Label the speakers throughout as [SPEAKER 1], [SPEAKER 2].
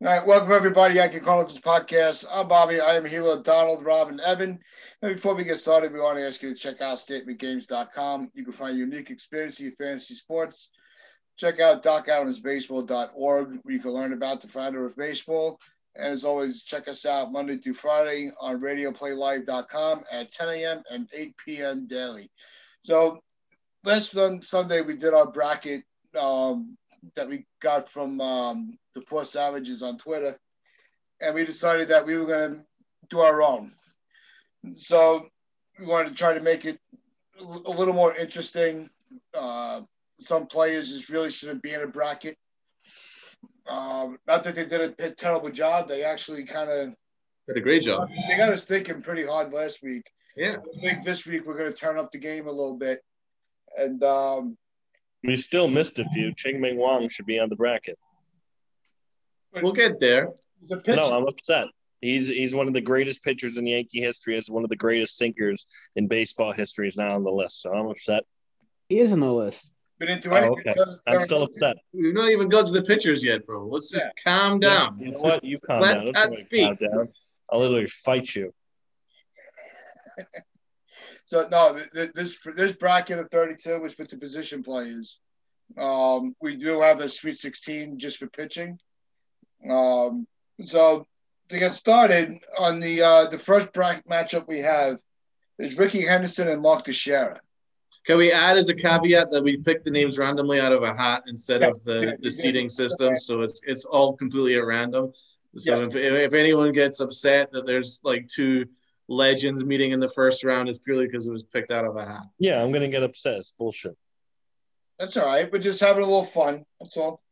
[SPEAKER 1] All right, welcome everybody. I can call it this podcast. I'm Bobby. I am here with Donald, Rob, and Evan. And before we get started, we want to ask you to check out statementgames.com. You can find unique experience in your fantasy sports. Check out docallinsbaseball.org where you can learn about the founder of baseball. And as always, check us out Monday through Friday on radioplaylive.com at 10 a.m. and 8 p.m. daily. So last Sunday we did our bracket um, that we got from um, the poor savages on Twitter, and we decided that we were going to do our own. So we wanted to try to make it a little more interesting. Uh, some players just really shouldn't be in a bracket. Um, not that they did a terrible job; they actually kind of
[SPEAKER 2] did a great job.
[SPEAKER 1] They got us thinking pretty hard last week.
[SPEAKER 2] Yeah,
[SPEAKER 1] I think this week we're going to turn up the game a little bit, and um,
[SPEAKER 3] we still missed a few. Ching Ming Wong should be on the bracket.
[SPEAKER 2] We'll get there.
[SPEAKER 3] No, I'm upset. He's he's one of the greatest pitchers in Yankee history. Is one of the greatest sinkers in baseball history. Is not on the list, so I'm upset.
[SPEAKER 4] He is on the list.
[SPEAKER 1] We didn't do
[SPEAKER 3] Oh,
[SPEAKER 1] anything.
[SPEAKER 3] okay. I'm still upset.
[SPEAKER 2] We've not even got to the pitchers yet, bro. Let's just calm down.
[SPEAKER 3] You know
[SPEAKER 2] Let's
[SPEAKER 3] what? You calm
[SPEAKER 2] let
[SPEAKER 3] down. Don't
[SPEAKER 2] Ted
[SPEAKER 3] worry,
[SPEAKER 2] speak.
[SPEAKER 3] calm down. I'll literally fight you.
[SPEAKER 1] So no, th- th- this this bracket of 32 was for the position players. Um, we do have a Sweet 16 just for pitching. Um, so to get started on the uh, the first bracket matchup we have is Ricky Henderson and Mark Teixeira.
[SPEAKER 2] Can we add as a caveat that we picked the names randomly out of a hat instead of the, the seating system? So it's it's all completely at random. So if, if anyone gets upset that there's like two legends meeting in the first round, it's purely because it was picked out of a hat.
[SPEAKER 3] Yeah, I'm gonna get upset. It's bullshit.
[SPEAKER 1] That's all right. We're just having a little fun. That's all.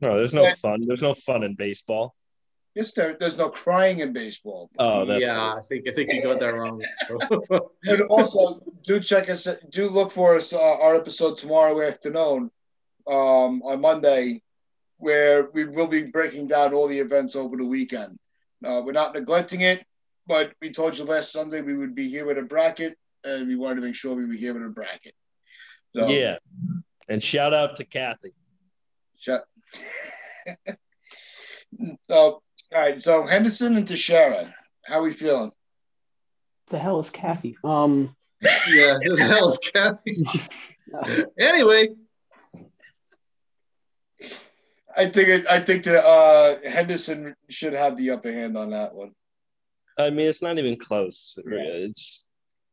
[SPEAKER 3] No, there's no
[SPEAKER 1] Okay.
[SPEAKER 3] fun. There's no fun in baseball.
[SPEAKER 1] Yes, there, there's no crying in baseball.
[SPEAKER 3] Oh, that's
[SPEAKER 2] yeah, I think I think you got that wrong. bro.
[SPEAKER 1] And also, do check us. Do look for us uh, our episode tomorrow afternoon, um, on Monday, where we will be breaking down all the events over the weekend. Uh, we're not neglecting it, but we told you last Sunday we would be here with a bracket, and we wanted to make sure we were here with a bracket. So,
[SPEAKER 3] Yeah. And shout out to Kathy.
[SPEAKER 1] Shut. so, all right. So Henderson and Teixeira, how we feeling?
[SPEAKER 4] The hell is Kathy? Um,
[SPEAKER 2] yeah, who the hell is Kathy? anyway,
[SPEAKER 1] I think it, I think that uh, Henderson should have the upper hand on that one.
[SPEAKER 3] I mean, it's not even close. It's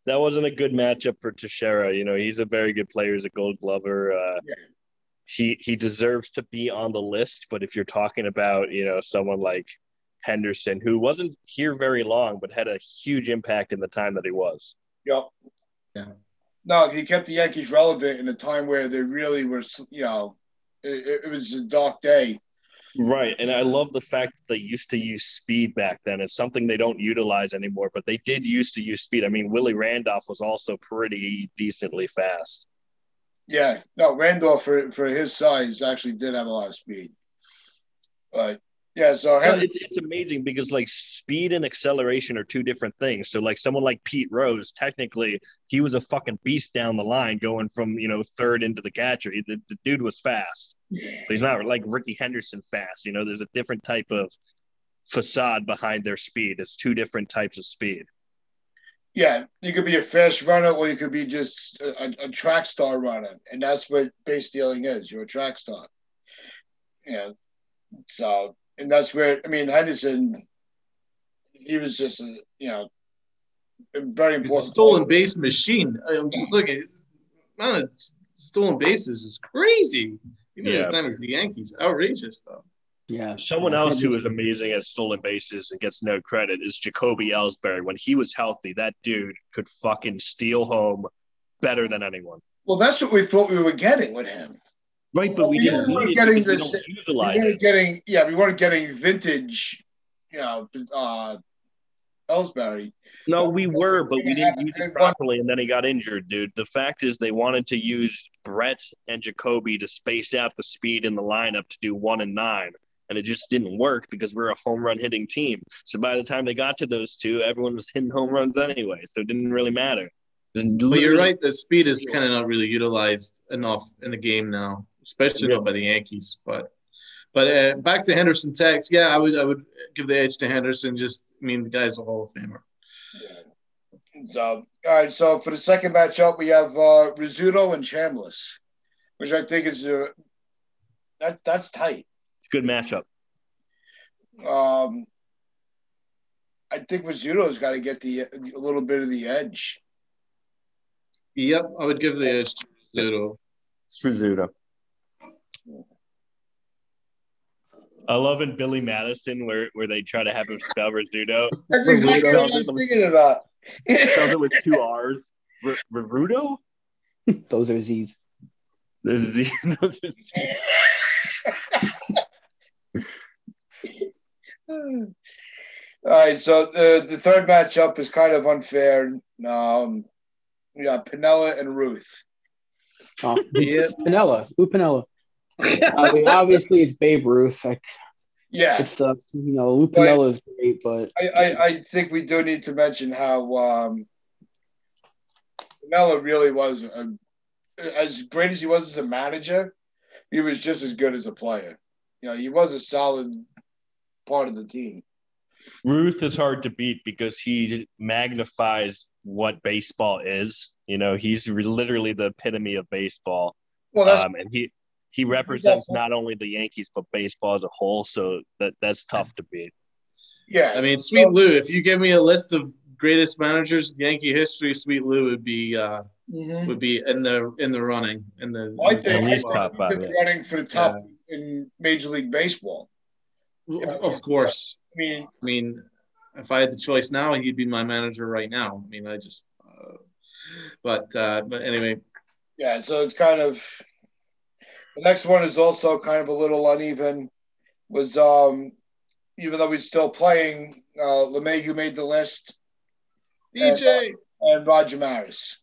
[SPEAKER 3] that wasn't a good matchup for Teixeira. You know, he's a very good player. He's a Gold Glover. Uh,
[SPEAKER 1] Yeah.
[SPEAKER 3] He he deserves to be on the list. But if you're talking about you know someone like Henderson, who wasn't here very long, but had a huge impact in the time that he was.
[SPEAKER 1] Yep.
[SPEAKER 2] Yeah.
[SPEAKER 1] No, he kept the Yankees relevant in a time where they really were, you know, it, it- it was a dark day.
[SPEAKER 3] Right. And I love the fact that they used to use speed back then. It's something they don't utilize anymore, but they did used to use speed. I mean, Willie Randolph was also pretty decently fast.
[SPEAKER 1] Yeah. No, Randolph for for his size actually did have a lot of speed. But yeah, so
[SPEAKER 3] So
[SPEAKER 1] Henderson,
[SPEAKER 3] it's, it's amazing because like speed and acceleration are two different things. So like someone like Pete Rose, technically he was a fucking beast down the line going from, you know, third into the catcher. He- The, the dude was fast. But he's not like Ricky Henderson fast. You know, there's a different type of facade behind their speed. It's two different types of speed.
[SPEAKER 1] yeah, you could be a fast runner or you could be just a, a, a track star runner, and that's what base stealing is. You're a track star. Yeah. So, and that's where I mean Henderson, he was just a, you know a very
[SPEAKER 2] it's a
[SPEAKER 1] important.
[SPEAKER 2] stolen base machine. I- I'm just looking. It's, man, it's, stolen bases is crazy. Even
[SPEAKER 3] Yeah.
[SPEAKER 2] his time as the Yankees, outrageous stuff.
[SPEAKER 4] yeah.
[SPEAKER 3] Someone else who is amazing at stolen bases and gets no credit is Jacoby Ellsbury. When he was healthy, that dude could fucking steal home better than anyone.
[SPEAKER 1] Well, that's what we thought we were getting with him.
[SPEAKER 3] Right, but we
[SPEAKER 1] Well,
[SPEAKER 3] didn't
[SPEAKER 1] yeah, we're
[SPEAKER 3] need it
[SPEAKER 1] getting
[SPEAKER 3] because we
[SPEAKER 1] this-
[SPEAKER 3] don't
[SPEAKER 1] We
[SPEAKER 3] utilize
[SPEAKER 1] weren't
[SPEAKER 3] it.
[SPEAKER 1] getting, yeah, we weren't getting vintage, you know, uh, Ellsbury.
[SPEAKER 3] No, we were, but we didn't use
[SPEAKER 1] Everyone-
[SPEAKER 3] it properly, and then he got injured, dude. The fact is, they wanted to use Brett and Jacoby to space out the speed in the lineup to do one and nine, and it just didn't work because we're a home run hitting team. So by the time they got to those two, everyone was hitting home runs anyway, so it didn't really matter.
[SPEAKER 2] But you're right. The speed is kind of not really utilized enough in the game now, especially not by the Yankees. But But uh, back to Henderson Tex, yeah, I would I would give the edge to Henderson. Just I mean the guy's a Hall of Famer.
[SPEAKER 1] So, all right. So for the second matchup, we have uh, Rizzuto and Chambliss, which I think is uh, that that's tight.
[SPEAKER 3] Good matchup.
[SPEAKER 1] Um, I think Rizzuto's got to get the a little bit of the edge.
[SPEAKER 2] Yep, I would give the edge to Rizzuto.
[SPEAKER 5] It's Rizzuto.
[SPEAKER 3] I love in Billy Madison where, where they try to have him spell Rizzuto.
[SPEAKER 1] That's exactly what I was thinking about.
[SPEAKER 3] Spells it with two R's. R- Rizzuto?
[SPEAKER 4] Those are Z's.
[SPEAKER 3] This is the-
[SPEAKER 1] All right, so the, the third matchup is kind of unfair. Um, we got Pinella and Ruth.
[SPEAKER 4] Oh,
[SPEAKER 2] Yeah.
[SPEAKER 4] Pinella. Who Pinella? I mean, obviously, it's Babe Ruth. Like,
[SPEAKER 1] Yeah,
[SPEAKER 4] it sucks. You know, Lou Pinella is great, but
[SPEAKER 1] I, I, I think we do need to mention how um, Pinella really was a, as great as he was as a manager, he was just as good as a player. You know, he was a solid part of the team.
[SPEAKER 3] Ruth is hard to beat because he magnifies what baseball is. You know, he's re- literally the epitome of baseball.
[SPEAKER 1] Well, that's
[SPEAKER 3] Um, and he he represents not only the Yankees but baseball as a whole. So that that's tough to beat.
[SPEAKER 1] yeah.
[SPEAKER 2] I mean, Sweet Lou. If you give me a list of greatest managers in Yankee history, Sweet Lou would be uh,
[SPEAKER 1] Mhm.
[SPEAKER 2] would be in the in the running in the.
[SPEAKER 1] I
[SPEAKER 2] in the
[SPEAKER 1] think
[SPEAKER 3] At least
[SPEAKER 1] I
[SPEAKER 2] top
[SPEAKER 1] think
[SPEAKER 3] top five,
[SPEAKER 1] he's been
[SPEAKER 3] yeah.
[SPEAKER 1] running for the top in Major League Baseball.
[SPEAKER 2] five. Of- Of course,
[SPEAKER 1] I mean,
[SPEAKER 2] I mean, if I had the choice now, he'd be my manager right now. I mean, I just, uh, but uh, but anyway,
[SPEAKER 1] yeah. So it's kind of the next one is also kind of a little uneven. Was um, even though he's still playing, uh, LeMahieu made the list
[SPEAKER 2] DJ.
[SPEAKER 1] and Roger Maris.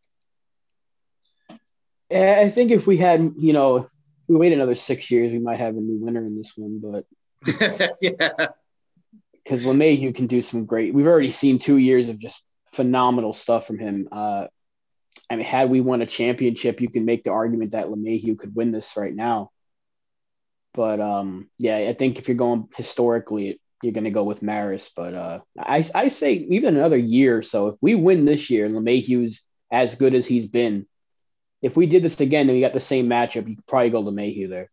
[SPEAKER 4] Yeah, I think if we had, you know, if we wait another six years, we might have a new winner in this one. But
[SPEAKER 2] yeah,
[SPEAKER 4] because LeMahieu can do some great, we've already seen two years of just phenomenal stuff from him. Uh, I mean, had we won a championship, you can make the argument that LeMahieu could win this right now. But um, yeah, I think if you're going historically, you're going to go with Maris. But uh, I, I say even another year or so, if we win this year and LeMahieu's as good as he's been, if we did this again and we got the same matchup, you could probably go LeMahieu there.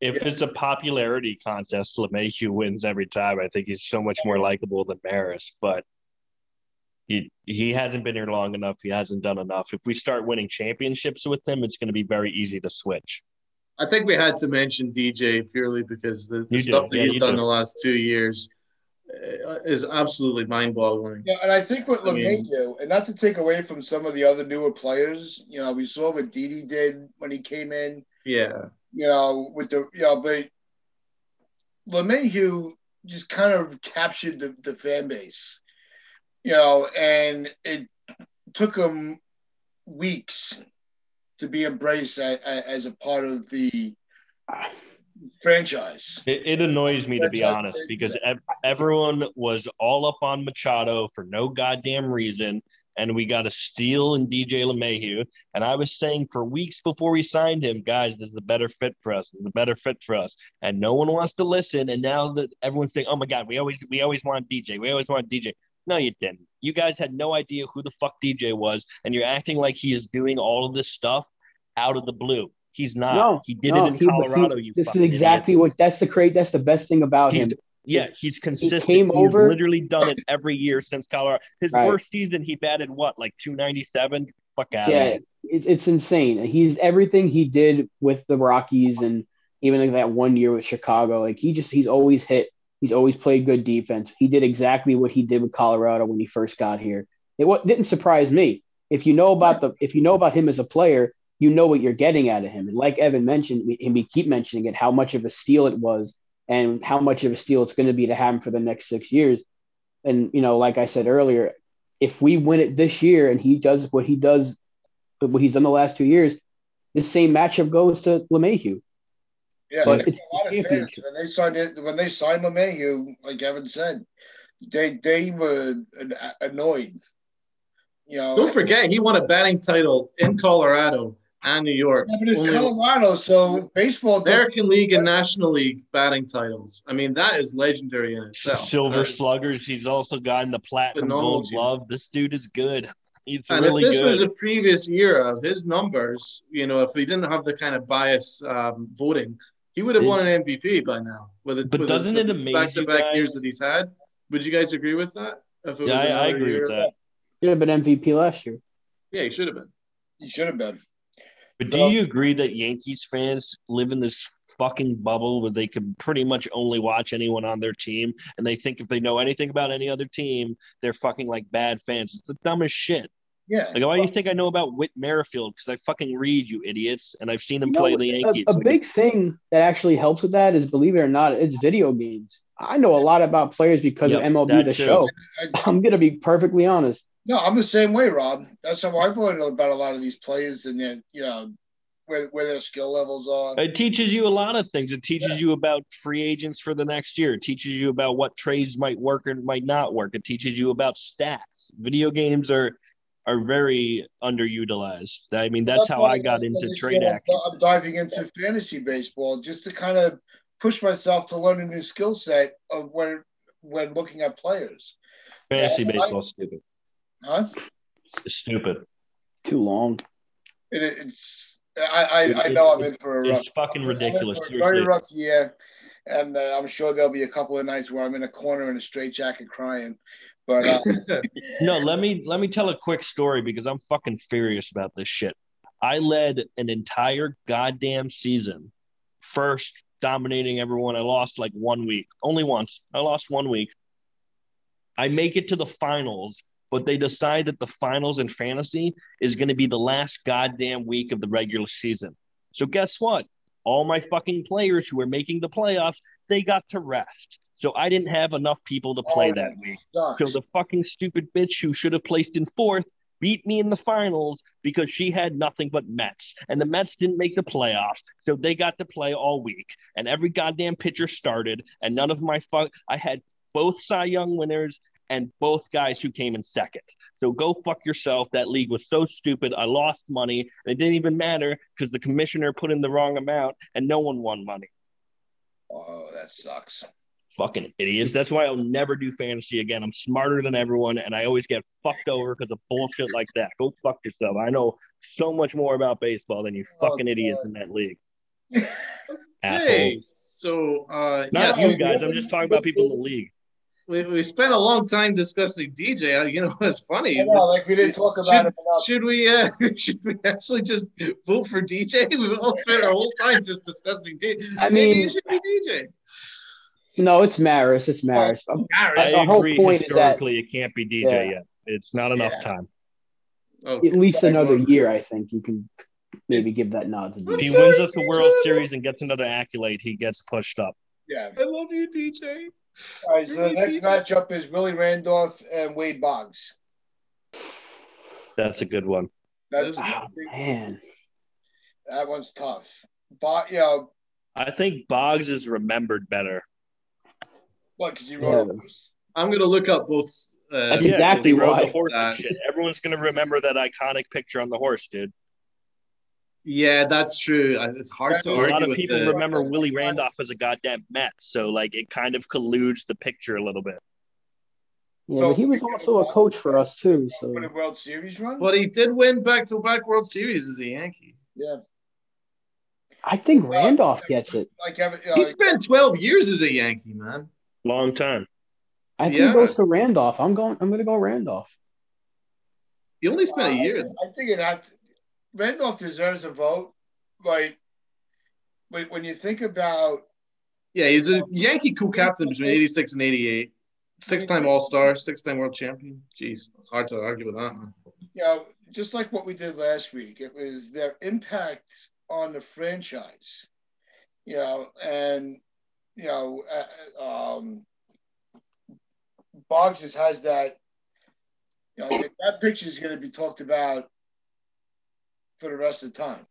[SPEAKER 3] If it's a popularity contest, LeMahieu wins every time. I think he's so much more likable than Maris, but he he hasn't been here long enough. He hasn't done enough. If we start winning championships with him, it's going to be very easy to switch.
[SPEAKER 2] I think we had to mention DJ purely because the, the
[SPEAKER 3] You do.
[SPEAKER 2] stuff that
[SPEAKER 3] Yeah,
[SPEAKER 2] he's
[SPEAKER 3] you
[SPEAKER 2] done
[SPEAKER 3] do.
[SPEAKER 2] the last two years uh, is absolutely mind-boggling.
[SPEAKER 1] Yeah, and I think what
[SPEAKER 2] I mean-
[SPEAKER 1] LeMahieu, and not to take away from some of the other newer players, you know, we saw what Didi did when he came in.
[SPEAKER 2] Yeah,
[SPEAKER 1] you know, with the you know, but LeMahieu just kind of captured the, the fan base, you know, and it took him weeks to be embraced a, a, as a part of the franchise.
[SPEAKER 3] It, it annoys me to be
[SPEAKER 1] Franchising.
[SPEAKER 3] honest because ev- everyone was all up on Machado for no goddamn reason, and we got a steal in DJ LeMahieu. And I was saying for weeks before we signed him, guys, this is a better fit for us. This is a better fit for us, and no one wants to listen. And now that everyone's saying, "Oh my God, we always we always want DJ. We always want DJ." No, you didn't. You guys had no idea who the fuck DJ was, and you're acting like he is doing all of this stuff out of the blue. He's not.
[SPEAKER 4] No,
[SPEAKER 3] he did
[SPEAKER 4] No,
[SPEAKER 3] it in
[SPEAKER 4] he-
[SPEAKER 3] Colorado.
[SPEAKER 4] he-
[SPEAKER 3] you
[SPEAKER 4] this is
[SPEAKER 3] fucking idiots.
[SPEAKER 4] exactly what that's the crate. That's the best thing about
[SPEAKER 3] He's
[SPEAKER 4] him.
[SPEAKER 3] Yeah, he's consistent.
[SPEAKER 4] came
[SPEAKER 3] he's
[SPEAKER 4] over-
[SPEAKER 3] literally done it every year since Colorado. His
[SPEAKER 4] Right.
[SPEAKER 3] worst season, he batted what, like 297? Fuck out
[SPEAKER 4] yeah, it's it's insane. He's everything he did with the Rockies and even like that one year with Chicago. Like he just he's always hit. He's always played good defense. He did exactly what he did with Colorado when he first got here. It what didn't surprise me. If you know about the if you know about him as a player, you know what you're getting out of him. And like Evan mentioned, we- and we keep mentioning it, how much of a steal it was and how much of a steal it's going to be to have him for the next six years. And you know, like I said earlier, if we win it this year and he does what he does but what he's done the last two years, this same matchup goes to LeMahieu.
[SPEAKER 1] Yeah,
[SPEAKER 4] But
[SPEAKER 1] there
[SPEAKER 4] it's
[SPEAKER 1] were a lot of fans
[SPEAKER 4] championship.
[SPEAKER 1] when they signed it, when they signed LeMahieu, like Evan said, they they were an- annoyed. You know,
[SPEAKER 2] don't forget he won a batting title in Colorado and New York.
[SPEAKER 1] Yeah, but it's
[SPEAKER 2] Only
[SPEAKER 1] Colorado, so baseball. doesn't-
[SPEAKER 2] American League and National League batting titles. I mean, that is legendary in itself.
[SPEAKER 3] Silver
[SPEAKER 2] That is-
[SPEAKER 3] Sluggers. He's also gotten the platinum
[SPEAKER 2] Phenomenal
[SPEAKER 3] gold
[SPEAKER 2] team.
[SPEAKER 3] glove. This dude is good. He's
[SPEAKER 2] And
[SPEAKER 3] really
[SPEAKER 2] if this
[SPEAKER 3] good.
[SPEAKER 2] was a previous year of his numbers, you know, if he didn't have the kind of bias um, voting, he would have won an MVP by now. With a,
[SPEAKER 3] But
[SPEAKER 2] with
[SPEAKER 3] doesn't it amaze you
[SPEAKER 2] back to back
[SPEAKER 3] guys-
[SPEAKER 2] years that he's had? Would you guys agree with that? If it
[SPEAKER 3] yeah, I, I
[SPEAKER 2] another
[SPEAKER 3] agree
[SPEAKER 2] year-
[SPEAKER 3] with that.
[SPEAKER 4] Should have been MVP last year.
[SPEAKER 2] Yeah, he should have been.
[SPEAKER 1] He should have been.
[SPEAKER 3] But
[SPEAKER 1] So-
[SPEAKER 3] do you agree that Yankees fans live in this fucking bubble where they can pretty much only watch anyone on their team and they think if they know anything about any other team, they're fucking like bad fans. It's the dumbest shit.
[SPEAKER 1] Yeah.
[SPEAKER 3] Like, why do you think I know about Whit Merrifield? Because I fucking read you idiots and I've seen him
[SPEAKER 4] You know,
[SPEAKER 3] play the
[SPEAKER 4] a-
[SPEAKER 3] Yankees.
[SPEAKER 4] A,
[SPEAKER 3] Like,
[SPEAKER 4] big thing that actually helps with that is, believe it or not, it's video games. I know a lot about players because
[SPEAKER 3] Yep,
[SPEAKER 4] of MLB
[SPEAKER 3] that
[SPEAKER 4] The
[SPEAKER 3] too.
[SPEAKER 4] Show.
[SPEAKER 1] I-
[SPEAKER 4] I'm gonna be perfectly honest.
[SPEAKER 1] No, I'm the same way, Rob. That's how I've learned about a lot of these players and then you know where, where their skill levels are.
[SPEAKER 3] It teaches you a lot of things. It teaches you about free agents for the next year. It teaches you about what trades might work and might not work. It teaches you about stats. Video games are are very underutilized. I mean, that's how
[SPEAKER 1] why
[SPEAKER 3] I got
[SPEAKER 1] that's
[SPEAKER 3] into
[SPEAKER 1] this
[SPEAKER 3] trade
[SPEAKER 1] year I'm-
[SPEAKER 3] action.
[SPEAKER 1] I'm diving into fantasy baseball just to kind of push myself to learn a new skill set of when when looking at players.
[SPEAKER 3] Fantasy
[SPEAKER 1] Yeah, I-
[SPEAKER 3] baseball, stupid,
[SPEAKER 1] Huh?
[SPEAKER 3] stupid.
[SPEAKER 4] Too long.
[SPEAKER 1] It, it's I, I, I know I'm in for a rough
[SPEAKER 3] It's fucking
[SPEAKER 1] I'm in
[SPEAKER 3] ridiculous.
[SPEAKER 1] for a
[SPEAKER 3] Seriously.
[SPEAKER 1] Very rough year, and uh, I'm sure there'll be a couple of nights where I'm in a corner in a straitjacket crying. But uh,
[SPEAKER 3] No, let me let me tell a quick story because I'm fucking furious about this shit. I led an entire goddamn season first dominating everyone. I lost like one week. Only once. I lost one week. I make it to the finals, but they decide that the finals in fantasy is going to be the last goddamn week of the regular season. So guess what? All my fucking players who were making the playoffs, they got to rest. So I didn't have enough people to play
[SPEAKER 1] Oh,
[SPEAKER 3] that
[SPEAKER 1] that
[SPEAKER 3] week.
[SPEAKER 1] sucks.
[SPEAKER 3] So the fucking stupid bitch who should have placed in fourth beat me in the finals because she had nothing but Mets. And the Mets didn't make the playoffs. So they got to play all week. And every goddamn pitcher started. And none of my fuck I had both Cy Young winners and both guys who came in second. So go fuck yourself. That league was so stupid. I lost money. And it didn't even matter because the commissioner put in the wrong amount and no one won money.
[SPEAKER 1] oh, that sucks.
[SPEAKER 3] fucking idiots. That's why I'll never do fantasy again. I'm smarter than everyone, and I always get fucked over because of bullshit like that. Go fuck yourself. I know so much more about baseball than you
[SPEAKER 1] Oh,
[SPEAKER 3] fucking idiots in that league. Asshole.
[SPEAKER 2] Hey, so uh,
[SPEAKER 3] Not
[SPEAKER 2] yes,
[SPEAKER 3] you guys. I'm just talking about people in the league.
[SPEAKER 2] we, we spent a long time discussing DJ. Uh, You know, it's funny.
[SPEAKER 1] I know, like we didn't talk about
[SPEAKER 2] Should-
[SPEAKER 1] it enough.
[SPEAKER 2] Should we uh, should we actually just vote for DJ? We've all spent our whole time just discussing DJ.
[SPEAKER 4] I
[SPEAKER 2] Maybe
[SPEAKER 4] mean-
[SPEAKER 2] it should be DJ.
[SPEAKER 4] No, it's Maris. It's Maris.
[SPEAKER 3] I
[SPEAKER 4] That's the whole
[SPEAKER 3] agree.
[SPEAKER 4] point is that-
[SPEAKER 3] Historically, it can't be DJ
[SPEAKER 4] Yeah.
[SPEAKER 3] yet. It's not enough
[SPEAKER 1] Yeah.
[SPEAKER 3] time.
[SPEAKER 2] Okay.
[SPEAKER 4] At least another year, I think you can maybe give that nod to
[SPEAKER 2] I'm
[SPEAKER 3] If he
[SPEAKER 4] DJ.
[SPEAKER 2] sorry,
[SPEAKER 3] wins us the
[SPEAKER 2] DJ,
[SPEAKER 3] World
[SPEAKER 2] I
[SPEAKER 3] Series and gets another accolade, he gets pushed up.
[SPEAKER 1] Yeah.
[SPEAKER 2] love- I love you, DJ.
[SPEAKER 1] All right. So the next matchup is Willie Randolph and Wade Boggs.
[SPEAKER 3] That's a good one.
[SPEAKER 1] That's
[SPEAKER 4] Oh, man,
[SPEAKER 1] that one's tough. But you know,
[SPEAKER 3] I think Boggs is remembered better.
[SPEAKER 1] what? Because he wrote.
[SPEAKER 4] Yeah.
[SPEAKER 1] a verse.
[SPEAKER 2] I'm gonna look up both. Uh,
[SPEAKER 4] That's exactly
[SPEAKER 3] they rode
[SPEAKER 4] why.
[SPEAKER 3] The horse and
[SPEAKER 2] That-
[SPEAKER 3] shit. Everyone's gonna remember that iconic picture on the horse, dude.
[SPEAKER 2] Yeah, that's true. Uh, It's hard to
[SPEAKER 1] A
[SPEAKER 3] A
[SPEAKER 2] argue
[SPEAKER 3] lot of
[SPEAKER 2] with
[SPEAKER 3] people
[SPEAKER 2] the-
[SPEAKER 3] remember Willie Randolph as a goddamn Met, so like it kind of colludes the picture a little bit.
[SPEAKER 4] yeah, but he was also a coach for us too. So
[SPEAKER 1] What a World Series run.
[SPEAKER 2] but he did win back to back World Series as a Yankee.
[SPEAKER 1] yeah.
[SPEAKER 4] I think Randolph gets it.
[SPEAKER 1] Like have uh,
[SPEAKER 2] He spent 12 years as a Yankee, man.
[SPEAKER 3] Long time.
[SPEAKER 4] I think
[SPEAKER 2] Yeah.
[SPEAKER 4] it goes to Randolph. I'm going. I'm going to go Randolph.
[SPEAKER 2] He only spent a year.
[SPEAKER 1] I think it had. Randolph deserves a vote. Like when when you think about
[SPEAKER 2] Yeah, he's a Yankee co-captain between 86 and 88. Six-time All-Star, six-time World Champion. Jeez, it's hard to argue with that, man.
[SPEAKER 1] you know, just like what we did last week, it was their impact on the franchise, you know, and, you know, uh, um, Boggs just has that, you know, that, that picture is going to be talked about for the rest of the time.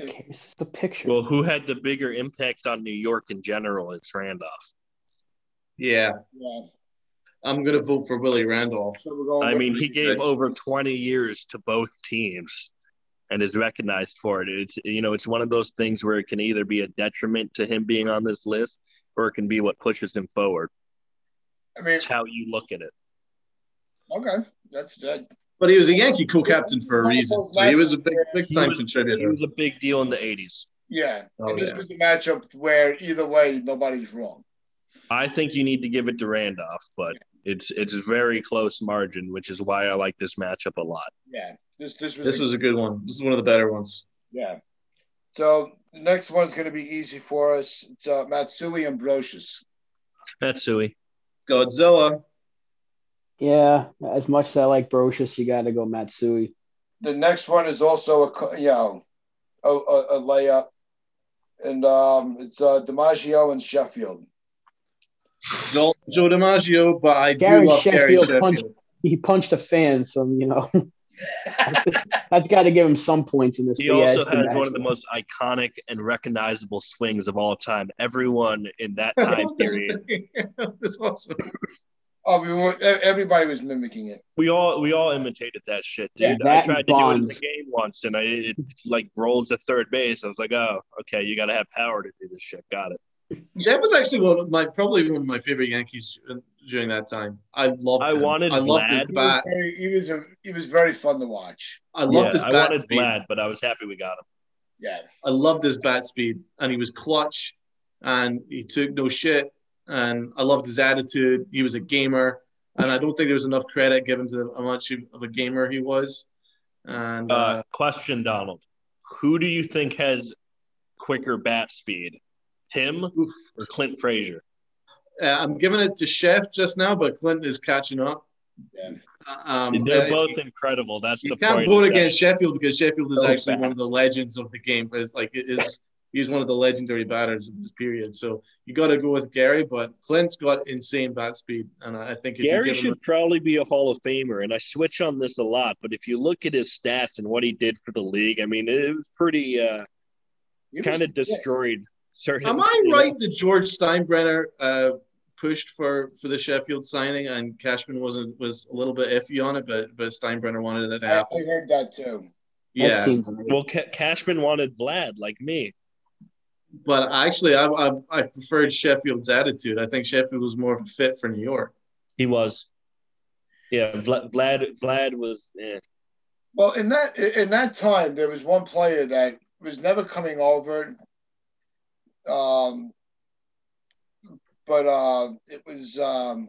[SPEAKER 4] Okay, this is the picture.
[SPEAKER 3] Well, who had the bigger impact on New York in general? It's Randolph.
[SPEAKER 2] Yeah,
[SPEAKER 1] Yeah.
[SPEAKER 2] I'm going to vote for Willie Randolph.
[SPEAKER 1] So we're going
[SPEAKER 3] I
[SPEAKER 1] with-
[SPEAKER 3] mean, he gave
[SPEAKER 2] Yes.
[SPEAKER 3] over 20 years to both teams. and is recognized for it. It's you know it's one of those things where it can either be a detriment to him being on this list or it can be what pushes him forward.
[SPEAKER 1] I mean,
[SPEAKER 3] It's how you look at it.
[SPEAKER 1] okay, that's that.
[SPEAKER 2] But he was a Yankee co-captain for a reason. So he was a big, big
[SPEAKER 3] He
[SPEAKER 2] time
[SPEAKER 3] was- He
[SPEAKER 2] contributor.
[SPEAKER 3] was a big deal in the 80s.
[SPEAKER 1] Yeah,
[SPEAKER 2] Oh,
[SPEAKER 1] and this
[SPEAKER 2] yeah.
[SPEAKER 1] was the matchup where either way nobody's wrong.
[SPEAKER 3] I think you need to give it to Randolph, but it's it's very close margin, which is why I like this matchup a lot.
[SPEAKER 1] Yeah, this this was
[SPEAKER 2] This
[SPEAKER 1] a-
[SPEAKER 2] was a good one. This is one of the better ones.
[SPEAKER 1] yeah. So the next one's going to be easy for us. It's uh, Matsui Ambrosius.
[SPEAKER 3] Matsui.
[SPEAKER 2] Godzilla.
[SPEAKER 4] Yeah, as much as I like Brocious, you got to go Matsui.
[SPEAKER 1] The next one is also a co- you know a, a, a layup, and um, it's uh, DiMaggio and Sheffield.
[SPEAKER 2] Joe, Joe DiMaggio, but I
[SPEAKER 4] Gary
[SPEAKER 2] do love Gary
[SPEAKER 4] Sheffield
[SPEAKER 2] Sheffield.
[SPEAKER 4] punched- He punched a fan, so you know that's got to give him some points in this.
[SPEAKER 3] He
[SPEAKER 4] but yeah,
[SPEAKER 3] also
[SPEAKER 4] it's the
[SPEAKER 3] has one of the
[SPEAKER 4] matchup.
[SPEAKER 3] most iconic and recognizable swings of all time. Everyone in that time period
[SPEAKER 2] That's awesome.
[SPEAKER 1] Oh, we were, e- everybody was mimicking it.
[SPEAKER 3] We all we all imitated that shit, dude.
[SPEAKER 4] Yeah, that
[SPEAKER 3] I tried to do it in
[SPEAKER 4] bonds.
[SPEAKER 3] the game once, and I it like rolled to third base. I was like, oh, okay, you got to have power to do this shit. Got it.
[SPEAKER 2] Jeff was actually one of my probably one of my favorite Yankees during that time. I loved.
[SPEAKER 3] I
[SPEAKER 2] him.
[SPEAKER 3] wanted
[SPEAKER 2] I loved his
[SPEAKER 1] He was
[SPEAKER 2] bat.
[SPEAKER 1] very, he was a, he was very fun to watch.
[SPEAKER 2] I loved his
[SPEAKER 3] I
[SPEAKER 2] bat
[SPEAKER 3] wanted
[SPEAKER 2] speed.
[SPEAKER 3] Vlad, but I was happy we got him.
[SPEAKER 1] Yeah,
[SPEAKER 2] I loved his bat speed, and he was clutch, and he took no shit, and I loved his attitude. He was a gamer, and I don't think there was enough credit given to how much of a gamer he was. And
[SPEAKER 3] Uh,
[SPEAKER 2] uh,
[SPEAKER 3] question, Donald: Who do you think has quicker bat speed, him
[SPEAKER 2] uh, oof.
[SPEAKER 3] or Clint Frazier?
[SPEAKER 2] Uh, I'm giving it to Chef just now, but Clinton is catching up.
[SPEAKER 1] yeah.
[SPEAKER 2] Um, uh,
[SPEAKER 3] They're
[SPEAKER 2] it's-
[SPEAKER 3] both incredible. That's
[SPEAKER 2] you
[SPEAKER 3] the
[SPEAKER 2] can't
[SPEAKER 3] point.
[SPEAKER 2] vote
[SPEAKER 3] That-
[SPEAKER 2] against Sheffield because Sheffield is
[SPEAKER 3] So
[SPEAKER 2] actually
[SPEAKER 3] bad.
[SPEAKER 2] one of the legends of the game. It's like it is he's one of the legendary batters of this period. So you got to go with Gary, but Clint's got insane bat speed, and I I think if you
[SPEAKER 3] Gary
[SPEAKER 2] give him
[SPEAKER 3] should probably be a Hall of Famer, and I switch on this a lot. But if you look at his stats and what he did for the league, I mean, it was pretty. Uh,
[SPEAKER 1] He was-
[SPEAKER 3] kind of destroyed certain.
[SPEAKER 2] Am I
[SPEAKER 3] you know,
[SPEAKER 2] right that George Steinbrenner uh, pushed for for the Sheffield signing and Cashman wasn't was a little bit iffy on it, but but Steinbrenner wanted it to
[SPEAKER 1] I, I
[SPEAKER 2] happen.
[SPEAKER 1] heard that too.
[SPEAKER 4] That
[SPEAKER 2] Yeah,
[SPEAKER 4] seems amazing.
[SPEAKER 3] Well, Ca Cashman wanted Vlad like me.
[SPEAKER 2] but actually, I, I I preferred Sheffield's attitude. I think Sheffield was more of a fit for New York.
[SPEAKER 3] He was. Yeah, Vla- Vlad. Vlad was. Eh.
[SPEAKER 1] Well, in that in that time, there was one player that was never coming over. Um, but uh, it was um,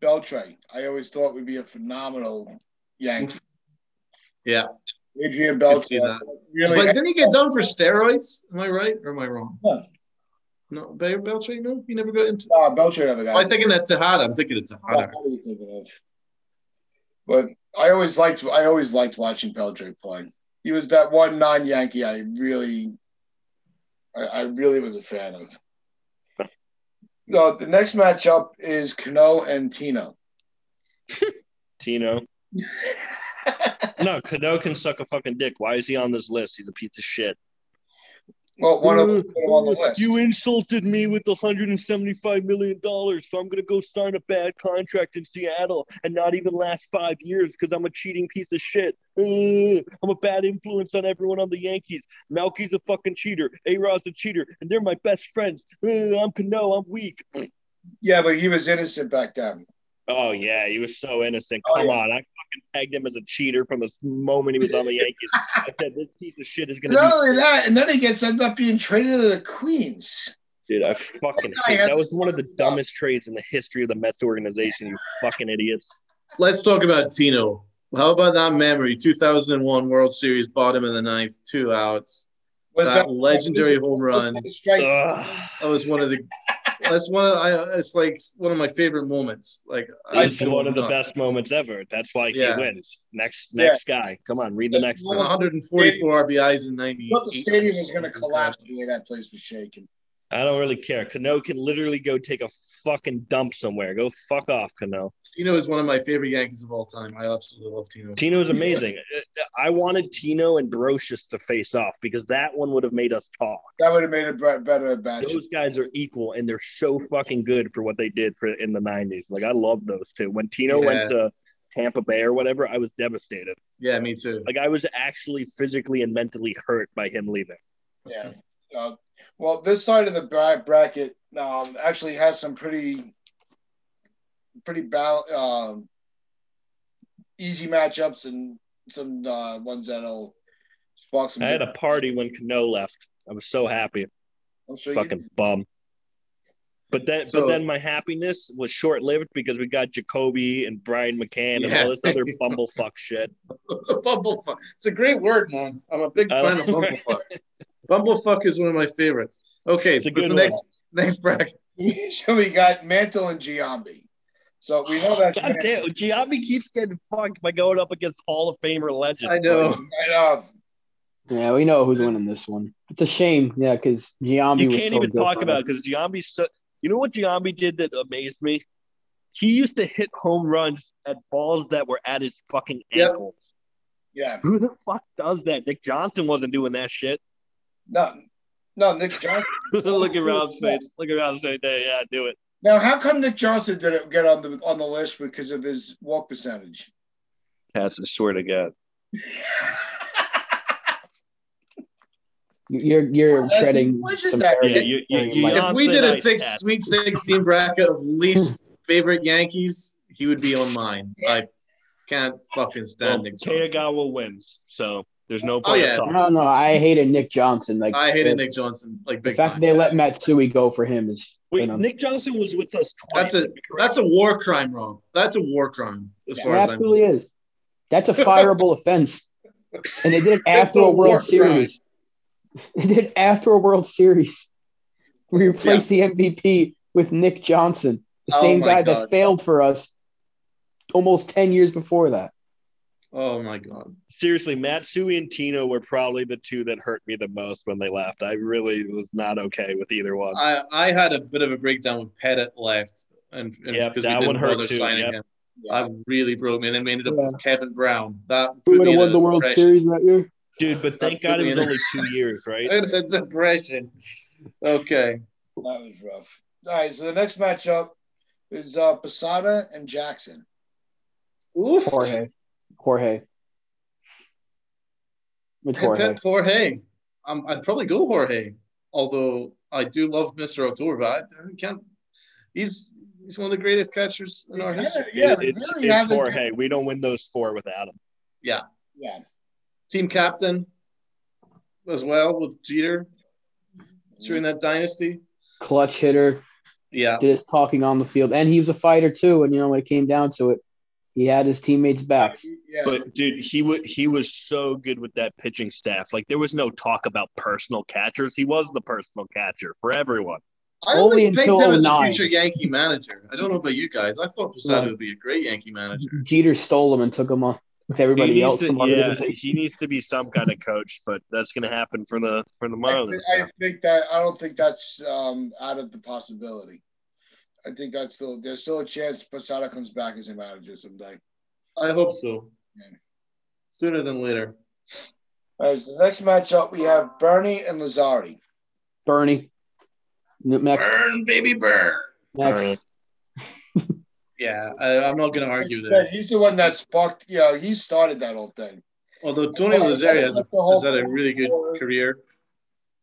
[SPEAKER 1] Beltray. I always thought would be a phenomenal Yankee.
[SPEAKER 2] Yeah.
[SPEAKER 1] Adrian
[SPEAKER 2] I could see
[SPEAKER 1] Beltre.
[SPEAKER 2] that.
[SPEAKER 1] Really,
[SPEAKER 2] but didn't he get done for steroids? Am I right or am I wrong?
[SPEAKER 1] No.
[SPEAKER 2] No, Bel- Beltray. No, he never got into.
[SPEAKER 1] uh, Beltre never got.
[SPEAKER 2] Am I thinking of Tejada? I'm thinking of Tejada.
[SPEAKER 1] What are you thinking of? But I always liked I always liked watching Beltre play. He was that one non-Yankee I really I, I really was a fan of. So the next matchup is Cano and Tino.
[SPEAKER 3] Tino. No, Cano can suck a fucking dick. Why is he on this list? He's a piece of shit.
[SPEAKER 1] well, one of them put him on the list.
[SPEAKER 3] You insulted me with $175 million, so I'm going to go sign a bad contract in Seattle and not even last five years because I'm a cheating piece of shit. Ugh, I'm a bad influence on everyone on the Yankees. Malky's a fucking cheater. A Rod's a cheater, and they're my best friends. Ugh, I'm Cano. I'm weak.
[SPEAKER 1] yeah, but he was innocent back then.
[SPEAKER 3] Oh, yeah. He was so innocent.
[SPEAKER 1] Oh,
[SPEAKER 3] Come on. I fucking tagged him as a cheater from the moment he was on the Yankees. I said, this piece of shit is going to
[SPEAKER 1] Not
[SPEAKER 3] be.
[SPEAKER 1] only that, and then he gets ends up being traded to the Queens.
[SPEAKER 3] Dude, I fucking
[SPEAKER 1] I
[SPEAKER 3] hate
[SPEAKER 1] had-
[SPEAKER 3] that was one of the dumbest trades in the history of the Mets organization. You fucking idiots.
[SPEAKER 2] Let's talk about Tino. How about that memory? 2001 World Series, bottom of the ninth, two outs.
[SPEAKER 1] Was
[SPEAKER 2] that legendary home run?
[SPEAKER 3] Uh,
[SPEAKER 1] Strike.
[SPEAKER 3] Ugh.
[SPEAKER 2] That was one of the. That's one of I. It's like one of my favorite moments. Like I
[SPEAKER 3] It's
[SPEAKER 2] go
[SPEAKER 3] one of the
[SPEAKER 2] nuts.
[SPEAKER 3] best moments ever. That's why he
[SPEAKER 2] Yeah.
[SPEAKER 3] wins. Next,
[SPEAKER 1] Yeah.
[SPEAKER 3] next guy. Come on, read the next
[SPEAKER 1] Well,
[SPEAKER 3] one.
[SPEAKER 2] 144 RBIs in 90.
[SPEAKER 1] Thought the stadium was going to collapse the way that place was shaking.
[SPEAKER 3] I don't really care. Cano can literally go take a fucking dump somewhere. Go fuck off, Cano.
[SPEAKER 2] Tino is one of my favorite Yankees of all time. I absolutely love Tino.
[SPEAKER 3] Tino's amazing. I wanted Tino and Brocious to face off because that one would have made us talk.
[SPEAKER 1] That would have made it be- better at bat.
[SPEAKER 3] Those guys are equal, and they're so fucking good for what they did for in the '90s. Like I love those two. When Tino
[SPEAKER 2] Yeah.
[SPEAKER 3] went to Tampa Bay or whatever, I was devastated.
[SPEAKER 2] Yeah, me too.
[SPEAKER 3] Like I was actually physically and mentally hurt by him leaving.
[SPEAKER 1] Yeah. Uh, well, this side of the bra- bracket um, actually has some pretty, pretty bal- um, easy matchups and some uh, ones that'll spark some.
[SPEAKER 3] I had a party when Cano left. I was so happy.
[SPEAKER 1] I'm sure you-
[SPEAKER 3] Fucking bum. But then,
[SPEAKER 2] So-
[SPEAKER 3] but then my happiness was short lived because we got Jacoby and Brian McCann and
[SPEAKER 2] Yeah.
[SPEAKER 3] all this other bumblefuck shit.
[SPEAKER 2] bumblefuck. It's a great word, man. I'm a big
[SPEAKER 3] I
[SPEAKER 2] fan
[SPEAKER 3] like-
[SPEAKER 2] of bumblefuck. bumblefuck is one of my favorites. Okay,
[SPEAKER 3] It's a
[SPEAKER 2] so the
[SPEAKER 3] good
[SPEAKER 2] next next bracket.
[SPEAKER 1] so we got Mantle and Giambi. So we know that's
[SPEAKER 3] God damn, Giambi keeps getting fucked by going up against Hall of Famer legends.
[SPEAKER 2] I know.
[SPEAKER 1] Right off.
[SPEAKER 4] Yeah, we know who's winning this one. It's a shame, yeah, because Giambi
[SPEAKER 3] you
[SPEAKER 4] was
[SPEAKER 3] can't
[SPEAKER 4] so
[SPEAKER 3] even
[SPEAKER 4] good
[SPEAKER 3] talk
[SPEAKER 4] for
[SPEAKER 3] about
[SPEAKER 4] us.
[SPEAKER 3] it because Giambi's so. You know what Giambi did that amazed me? He used to hit home runs at balls that were at his fucking
[SPEAKER 2] Yep.
[SPEAKER 3] ankles.
[SPEAKER 1] Yeah.
[SPEAKER 3] Who the fuck does that? Nick Johnson wasn't doing that shit.
[SPEAKER 1] No, no, Nick Johnson.
[SPEAKER 3] Look at Rob's face. Look at Rob's face. There, yeah, do it.
[SPEAKER 1] Now, how come Nick Johnson didn't get on the on the list because of his walk percentage?
[SPEAKER 3] That's the swear to God.
[SPEAKER 4] You're you're
[SPEAKER 1] That's-
[SPEAKER 4] shredding
[SPEAKER 1] what is
[SPEAKER 4] some
[SPEAKER 1] that?
[SPEAKER 3] Yeah,
[SPEAKER 4] arrogant
[SPEAKER 3] you, you,
[SPEAKER 4] thing in
[SPEAKER 3] you,
[SPEAKER 4] my-
[SPEAKER 2] If we did a
[SPEAKER 3] Beyonce
[SPEAKER 2] six
[SPEAKER 3] Nice
[SPEAKER 2] sweet sixteen bracket of least favorite Yankees, he would be on mine. I can't fucking
[SPEAKER 3] Well,
[SPEAKER 2] stand Nick Johnson.
[SPEAKER 3] Kagawa wins, so there's no
[SPEAKER 2] Oh,
[SPEAKER 3] point
[SPEAKER 2] yeah.
[SPEAKER 3] of talking.
[SPEAKER 4] No, no, I hated Nick Johnson. Like
[SPEAKER 2] I hated
[SPEAKER 4] the,
[SPEAKER 2] Nick Johnson like
[SPEAKER 4] The
[SPEAKER 2] big
[SPEAKER 4] fact
[SPEAKER 2] time.
[SPEAKER 4] that they let Matsui go for him is
[SPEAKER 3] Wait,
[SPEAKER 4] you know,
[SPEAKER 3] Nick Johnson was with us twice.
[SPEAKER 2] That's a that's a war crime, Rob. That's a war crime as
[SPEAKER 1] Yeah.
[SPEAKER 4] it
[SPEAKER 2] far as I'm.
[SPEAKER 4] absolutely is. That's a fireable offense, and they did it
[SPEAKER 2] It's
[SPEAKER 4] after
[SPEAKER 2] a
[SPEAKER 4] a
[SPEAKER 2] war
[SPEAKER 4] World Series. They did it after a World Series. We replaced the MVP with Nick Johnson, the
[SPEAKER 1] Oh
[SPEAKER 4] same
[SPEAKER 1] my
[SPEAKER 4] guy
[SPEAKER 1] God.
[SPEAKER 4] that failed for us almost ten years before that.
[SPEAKER 2] Oh my god.
[SPEAKER 3] Seriously, Matsui and Tino were probably the two that hurt me the most when they left. I really was not okay with either
[SPEAKER 1] Uh,
[SPEAKER 3] one.
[SPEAKER 2] I I had a bit of a breakdown when Pettit left, and because
[SPEAKER 3] Yep,
[SPEAKER 2] we
[SPEAKER 3] that
[SPEAKER 2] didn't
[SPEAKER 3] one hurt
[SPEAKER 2] bother
[SPEAKER 3] too,
[SPEAKER 2] signing
[SPEAKER 3] yep.
[SPEAKER 2] him, I really broke me. And then we ended up with Kevin Brown. That put
[SPEAKER 4] Who would
[SPEAKER 2] me
[SPEAKER 4] have
[SPEAKER 2] in
[SPEAKER 4] won
[SPEAKER 2] a
[SPEAKER 4] the World
[SPEAKER 2] depression.
[SPEAKER 4] Series that year?
[SPEAKER 3] Dude, but thank
[SPEAKER 2] That
[SPEAKER 3] God
[SPEAKER 2] put
[SPEAKER 3] it
[SPEAKER 2] me in
[SPEAKER 3] was
[SPEAKER 2] a-
[SPEAKER 3] only two years, right?
[SPEAKER 2] In a depression. Okay.
[SPEAKER 1] That was rough. All right, so the next matchup is uh, Posada and Jackson.
[SPEAKER 2] Oof.
[SPEAKER 4] Jorge, Jorge. It's
[SPEAKER 2] I
[SPEAKER 4] Jorge.
[SPEAKER 2] picked Jorge. Um, I'd probably go Jorge, although I do love Mr. October, but I I can't. He's he's one of the greatest catchers in our
[SPEAKER 1] Yeah,
[SPEAKER 2] history.
[SPEAKER 1] yeah,
[SPEAKER 3] It-
[SPEAKER 1] they
[SPEAKER 3] it's
[SPEAKER 1] really
[SPEAKER 3] it's
[SPEAKER 1] haven't-
[SPEAKER 3] four. Hey, we don't win those four without him.
[SPEAKER 1] Yeah.
[SPEAKER 2] Team captain as well with Jeter during that dynasty.
[SPEAKER 4] Clutch hitter.
[SPEAKER 2] Yeah.
[SPEAKER 4] did his talking on the field, and he was a fighter too. And you know, when it came down to it, he had his teammates' backs.
[SPEAKER 1] Yeah.
[SPEAKER 3] But dude, he was he was so good with that pitching staff. Like there was no talk about personal catchers. He was the personal catcher for everyone.
[SPEAKER 2] I
[SPEAKER 4] Only
[SPEAKER 2] always picked
[SPEAKER 4] until
[SPEAKER 2] him as a
[SPEAKER 4] 09.
[SPEAKER 2] future Yankee manager. I don't know about you guys. I thought Posada
[SPEAKER 4] Yeah.
[SPEAKER 2] would be a great Yankee manager.
[SPEAKER 4] Jeter stole him and took him on with everybody
[SPEAKER 3] he
[SPEAKER 4] else.
[SPEAKER 3] needs
[SPEAKER 4] from
[SPEAKER 3] to,
[SPEAKER 4] other
[SPEAKER 3] yeah,
[SPEAKER 4] divisions.
[SPEAKER 3] he needs to be some kind of coach, but that's going to happen for the for the
[SPEAKER 1] I,
[SPEAKER 3] Marlins.
[SPEAKER 1] I think that I don't think that's um, out of the possibility. I think that's still there's still a chance Posada comes back as a manager someday.
[SPEAKER 2] I hope so.
[SPEAKER 1] Yeah.
[SPEAKER 2] Sooner than later.
[SPEAKER 1] All right, so the next matchup we have Bernie and Lazari.
[SPEAKER 4] Bernie, N- Max,
[SPEAKER 2] Burn, baby, burn.
[SPEAKER 4] Max.
[SPEAKER 3] Bernie.
[SPEAKER 2] Yeah, I, I'm not going to argue
[SPEAKER 1] Yeah,
[SPEAKER 2] that.
[SPEAKER 1] he's the one that sparked. You know, he started that whole thing.
[SPEAKER 2] Although Tony Lazzari has, a, has had a really good career.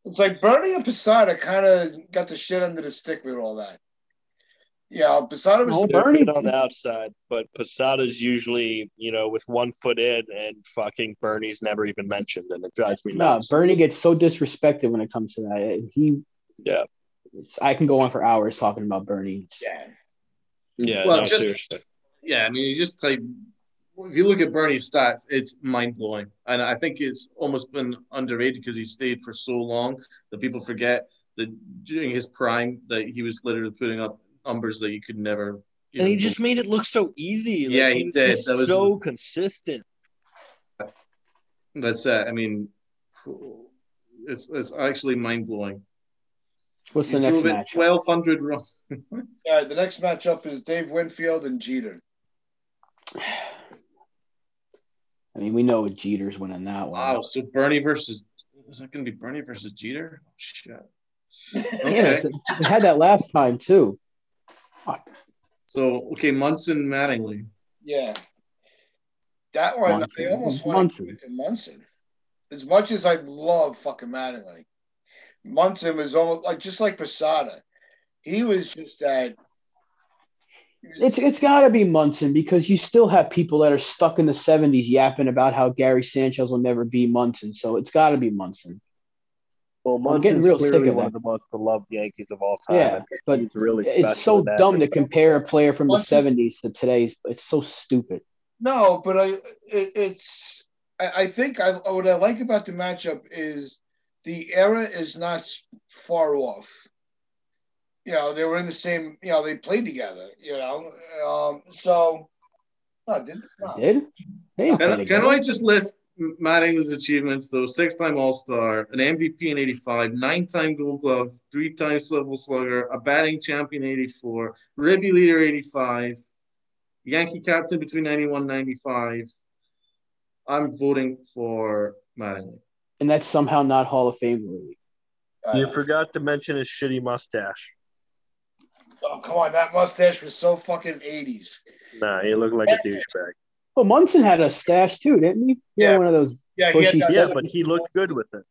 [SPEAKER 1] It's like Bernie and Posada kind of got the shit under the stick with all that. Yeah, Posada was
[SPEAKER 4] Oh,
[SPEAKER 3] They're
[SPEAKER 4] Bernie-
[SPEAKER 3] good on the outside, but Posada's usually you know with one foot in, and fucking Bernie's never even mentioned, and it drives me
[SPEAKER 4] No,
[SPEAKER 3] nuts.
[SPEAKER 4] Bernie gets so disrespected when it comes to that. and He,
[SPEAKER 3] Yeah.
[SPEAKER 4] it's- I can go on for hours talking about Bernie.
[SPEAKER 1] yeah.
[SPEAKER 3] yeah,
[SPEAKER 2] Well,
[SPEAKER 3] no,
[SPEAKER 2] just-
[SPEAKER 3] seriously.
[SPEAKER 2] Yeah, I mean, you just like if you look at Bernie's stats, it's mind blowing, and I think it's almost been underrated because he stayed for so long that people forget that during his prime that he was literally putting up numbers that you could never. you
[SPEAKER 3] And he
[SPEAKER 2] know,
[SPEAKER 3] just made it look so easy.
[SPEAKER 2] Yeah, he
[SPEAKER 3] was
[SPEAKER 2] did.
[SPEAKER 3] just
[SPEAKER 2] That was-
[SPEAKER 3] so consistent.
[SPEAKER 2] That's it. I mean, it's it's actually mind blowing.
[SPEAKER 4] What's the next match?
[SPEAKER 2] Twelve hundred runs.
[SPEAKER 1] All right, the next matchup is Dave Winfield and Jeter.
[SPEAKER 4] I mean, we know Jeter's winning that one.
[SPEAKER 2] Wow. So Bernie versus is that going to be Bernie versus Jeter? Oh, shit.
[SPEAKER 4] Yeah,
[SPEAKER 2] Okay.
[SPEAKER 4] it's- we had that last time too.
[SPEAKER 2] So okay, Munson Mattingly.
[SPEAKER 1] Yeah. That one,
[SPEAKER 4] Munson.
[SPEAKER 1] they almost went
[SPEAKER 4] Munson.
[SPEAKER 1] Munson. Munson. As much as I love fucking Mattingly, Munson was almost like just like Posada. He was just that. he was-
[SPEAKER 4] It's it's got to be Munson because you still have people that are stuck in the '70s yapping about how Gary Sanchez will never be Munson. So it's got to be Munson.
[SPEAKER 5] Well,
[SPEAKER 4] I'm getting
[SPEAKER 5] Munson's
[SPEAKER 4] real
[SPEAKER 5] clearly
[SPEAKER 4] sick of
[SPEAKER 5] one
[SPEAKER 4] that.
[SPEAKER 5] of the most beloved Yankees of all time.
[SPEAKER 4] Yeah,
[SPEAKER 5] I think
[SPEAKER 4] but
[SPEAKER 5] he's really special
[SPEAKER 4] It's so
[SPEAKER 5] in that
[SPEAKER 4] dumb to
[SPEAKER 5] respect.
[SPEAKER 4] compare a player from the
[SPEAKER 1] Munson-
[SPEAKER 4] '70s to today's. It's so stupid.
[SPEAKER 1] No, but I it, it's I, I think I what I like about the matchup is the era is not s- far off. You know, they were in the same. You know, they played together. You know, um, so no, did no.
[SPEAKER 4] Did they didn't play
[SPEAKER 2] Can, can
[SPEAKER 4] together.
[SPEAKER 2] I just list Matt English achievements though? Six time All Star, an MVP in 85, nine time Gold Glove, three time Silver Slugger, a batting champion in 84, Ribby leader 85, Yankee captain between 91 and 95. I'm voting for Matt English.
[SPEAKER 4] And that's somehow not Hall of Fame worthy.
[SPEAKER 1] Uh,
[SPEAKER 3] You forgot to mention his shitty mustache.
[SPEAKER 1] oh come on, that mustache was so fucking eighties.
[SPEAKER 3] Nah, he looked like a douchebag.
[SPEAKER 4] Well, Munson had a stash too, didn't he? He had
[SPEAKER 1] Yeah.
[SPEAKER 4] one of those.
[SPEAKER 1] Yeah,
[SPEAKER 4] Bushy
[SPEAKER 3] Yeah, but he looked good with it.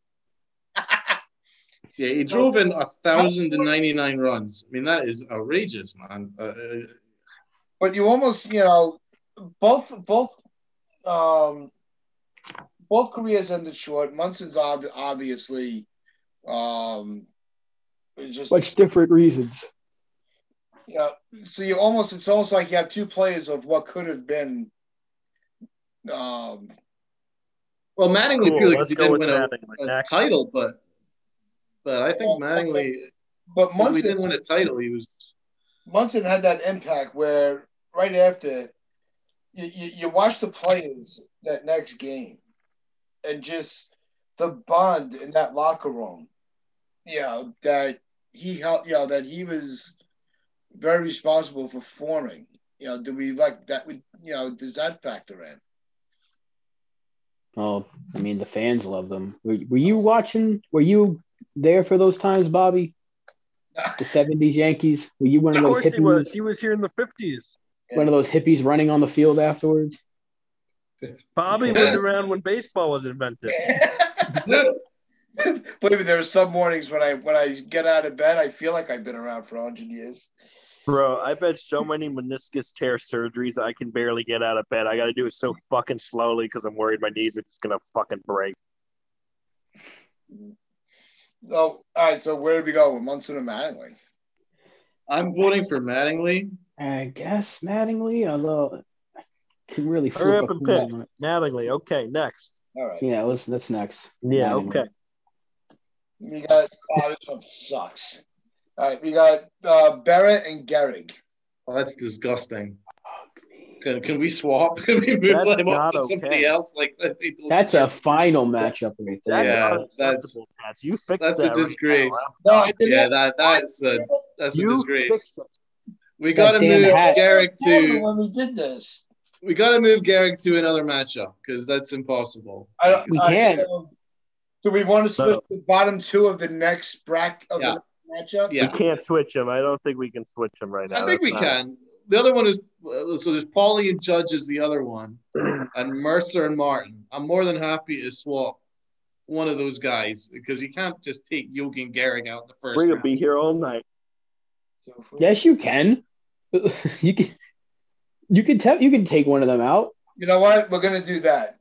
[SPEAKER 2] Yeah, he drove in 1,099 runs. I mean, that is outrageous, man. Uh, uh,
[SPEAKER 1] but you almost you know both both um both careers ended short munson's ob- obviously um just
[SPEAKER 4] Much different reasons.
[SPEAKER 1] yeah so you almost it's almost like you have two players of what could have been um
[SPEAKER 2] well, Mattingly
[SPEAKER 3] Cool,
[SPEAKER 2] purely because
[SPEAKER 3] let's
[SPEAKER 2] he
[SPEAKER 3] go
[SPEAKER 2] didn't
[SPEAKER 3] with
[SPEAKER 2] win a,
[SPEAKER 3] Mattingly.
[SPEAKER 2] a
[SPEAKER 3] Next.
[SPEAKER 2] title, but but I think Mattingly,
[SPEAKER 1] but
[SPEAKER 2] because he
[SPEAKER 1] munson
[SPEAKER 2] didn't win a title, he was
[SPEAKER 1] Munson had that impact where right after you, you, you watch the players that next game and just the bond in that locker room, you know, that he helped, you know, that he was very responsible for forming. You know, do we like that? We, you know, does that factor in?
[SPEAKER 4] Oh, I mean, the fans love them. Were, were you watching? Were you there for those times, Bobby? The '70s Yankees. Were you one
[SPEAKER 3] Of
[SPEAKER 4] of, those
[SPEAKER 3] course
[SPEAKER 4] hippies?
[SPEAKER 3] he was. He was here in the fifties.
[SPEAKER 4] One of those hippies running on the field afterwards.
[SPEAKER 3] Bobby was around when baseball was invented.
[SPEAKER 1] Believe me, there are some mornings when I when I get out of bed, I feel like I've been around for hundred years.
[SPEAKER 3] Bro, I've had so many meniscus tear surgeries I can barely get out of bed. I got to do it so fucking slowly because I'm worried my knees are just gonna fucking break.
[SPEAKER 1] So, all right. So, where did we go with Munson and Mattingly?
[SPEAKER 2] I'm voting for Mattingly.
[SPEAKER 4] I guess Mattingly, although I can really
[SPEAKER 3] Hurry up
[SPEAKER 4] flip a
[SPEAKER 3] and
[SPEAKER 4] coin
[SPEAKER 3] pick.
[SPEAKER 4] on it.
[SPEAKER 3] Mattingly, okay, next.
[SPEAKER 1] All right.
[SPEAKER 4] Yeah, let's, that's next.
[SPEAKER 3] Yeah,
[SPEAKER 4] Mattingly.
[SPEAKER 3] okay.
[SPEAKER 1] We got oh, this one sucks. All right, we got uh, Barrett and Gehrig.
[SPEAKER 2] Oh, that's disgusting. Can, can we swap? Can we move
[SPEAKER 3] That's
[SPEAKER 2] them up
[SPEAKER 3] not
[SPEAKER 2] to somebody
[SPEAKER 3] okay.
[SPEAKER 2] else? Like that they don't-
[SPEAKER 4] That's a final matchup right there.
[SPEAKER 3] That's
[SPEAKER 2] Yeah,
[SPEAKER 3] unacceptable, Tats. You fixed
[SPEAKER 2] that's
[SPEAKER 3] that.
[SPEAKER 2] a
[SPEAKER 3] right now.
[SPEAKER 2] disgrace.
[SPEAKER 1] No, I did
[SPEAKER 2] yeah,
[SPEAKER 1] not.
[SPEAKER 2] that that's a that's a
[SPEAKER 3] you
[SPEAKER 2] disgrace.
[SPEAKER 3] fixed it.
[SPEAKER 2] We
[SPEAKER 4] That
[SPEAKER 2] got to
[SPEAKER 4] damn
[SPEAKER 2] move
[SPEAKER 4] hat.
[SPEAKER 2] Garrick to
[SPEAKER 1] when we did this.
[SPEAKER 2] we got to move Garrick to another matchup because that's impossible.
[SPEAKER 1] I,
[SPEAKER 4] We
[SPEAKER 1] I-
[SPEAKER 4] can.
[SPEAKER 1] um, do we want to switch
[SPEAKER 3] No.
[SPEAKER 1] the bottom two of the next bracket of
[SPEAKER 2] Yeah.
[SPEAKER 1] the matchup?
[SPEAKER 2] yeah,
[SPEAKER 3] We can't switch him. I don't think we can switch him right now.
[SPEAKER 2] I think we
[SPEAKER 3] That's not-
[SPEAKER 2] can. The other one is uh, so there's Paulie and Judge is the other one, and Mercer and Martin. I'm more than happy to swap one of those guys because you can't just take Yogi and Garrick out the first
[SPEAKER 3] We're gonna
[SPEAKER 2] round.
[SPEAKER 3] be here all night.
[SPEAKER 4] Yes, you can. you can. You can tell. You can take one of them out.
[SPEAKER 1] You know what? We're gonna do that.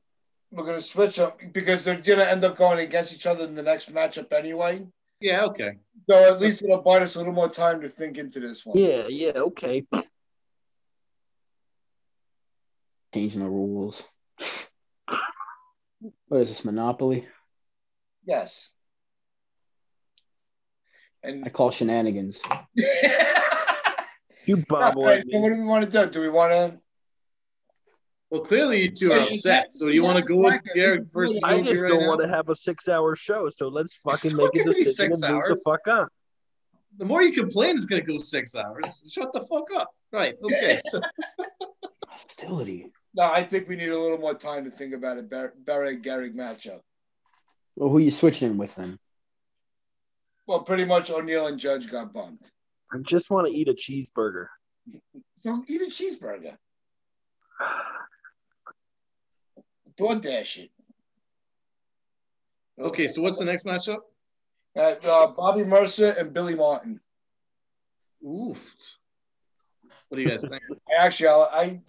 [SPEAKER 1] We're gonna switch them because they're gonna end up going against each other in the next matchup anyway.
[SPEAKER 2] Yeah, okay.
[SPEAKER 1] So at least it'll buy us a little more time to think into this one.
[SPEAKER 3] Yeah, yeah, okay.
[SPEAKER 4] Changing the rules. What is this Monopoly?
[SPEAKER 1] Yes.
[SPEAKER 4] I
[SPEAKER 1] And
[SPEAKER 4] call shenanigans.
[SPEAKER 3] You
[SPEAKER 1] All
[SPEAKER 3] bobblehead.
[SPEAKER 1] right, so what do we want to do? Do we want to?
[SPEAKER 2] Well, clearly you two are upset. So do you want to go with Garrick versus
[SPEAKER 3] I
[SPEAKER 2] Yogi
[SPEAKER 3] just
[SPEAKER 2] right
[SPEAKER 3] don't
[SPEAKER 2] now?
[SPEAKER 3] want to have a six-hour show, so let's fucking
[SPEAKER 2] not
[SPEAKER 3] make a
[SPEAKER 2] gonna be
[SPEAKER 3] decision
[SPEAKER 2] six
[SPEAKER 3] and move the
[SPEAKER 2] hours.
[SPEAKER 3] fuck on.
[SPEAKER 2] The more you complain, it's going to go six hours. Shut the fuck up. Right. Okay. So
[SPEAKER 4] Hostility.
[SPEAKER 1] No, I think we need a little more time to think about it. Barry Garrick matchup.
[SPEAKER 4] Well, who are you switching with then?
[SPEAKER 1] Well, pretty much O'Neill and Judge got bumped.
[SPEAKER 3] I just want to eat a cheeseburger.
[SPEAKER 1] So eat a cheeseburger. DoorDash it.
[SPEAKER 2] Okay, so what's the next matchup?
[SPEAKER 1] Uh, uh, Bobby Mercer and Billy Martin.
[SPEAKER 2] Oof. What do you guys think?
[SPEAKER 1] Actually, I, I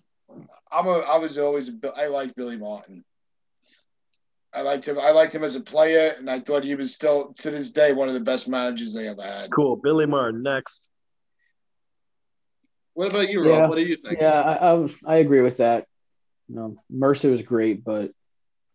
[SPEAKER 1] I'm a I was always a Bi- I like Billy Martin. I liked him. I liked him as a player, and I thought he was still to this day one of the best managers they ever had.
[SPEAKER 3] Cool. Billy Martin next.
[SPEAKER 2] What about you, Rob?
[SPEAKER 4] Yeah.
[SPEAKER 2] What do you think?
[SPEAKER 4] Yeah, I, I I agree with that. No, Mercer was great, but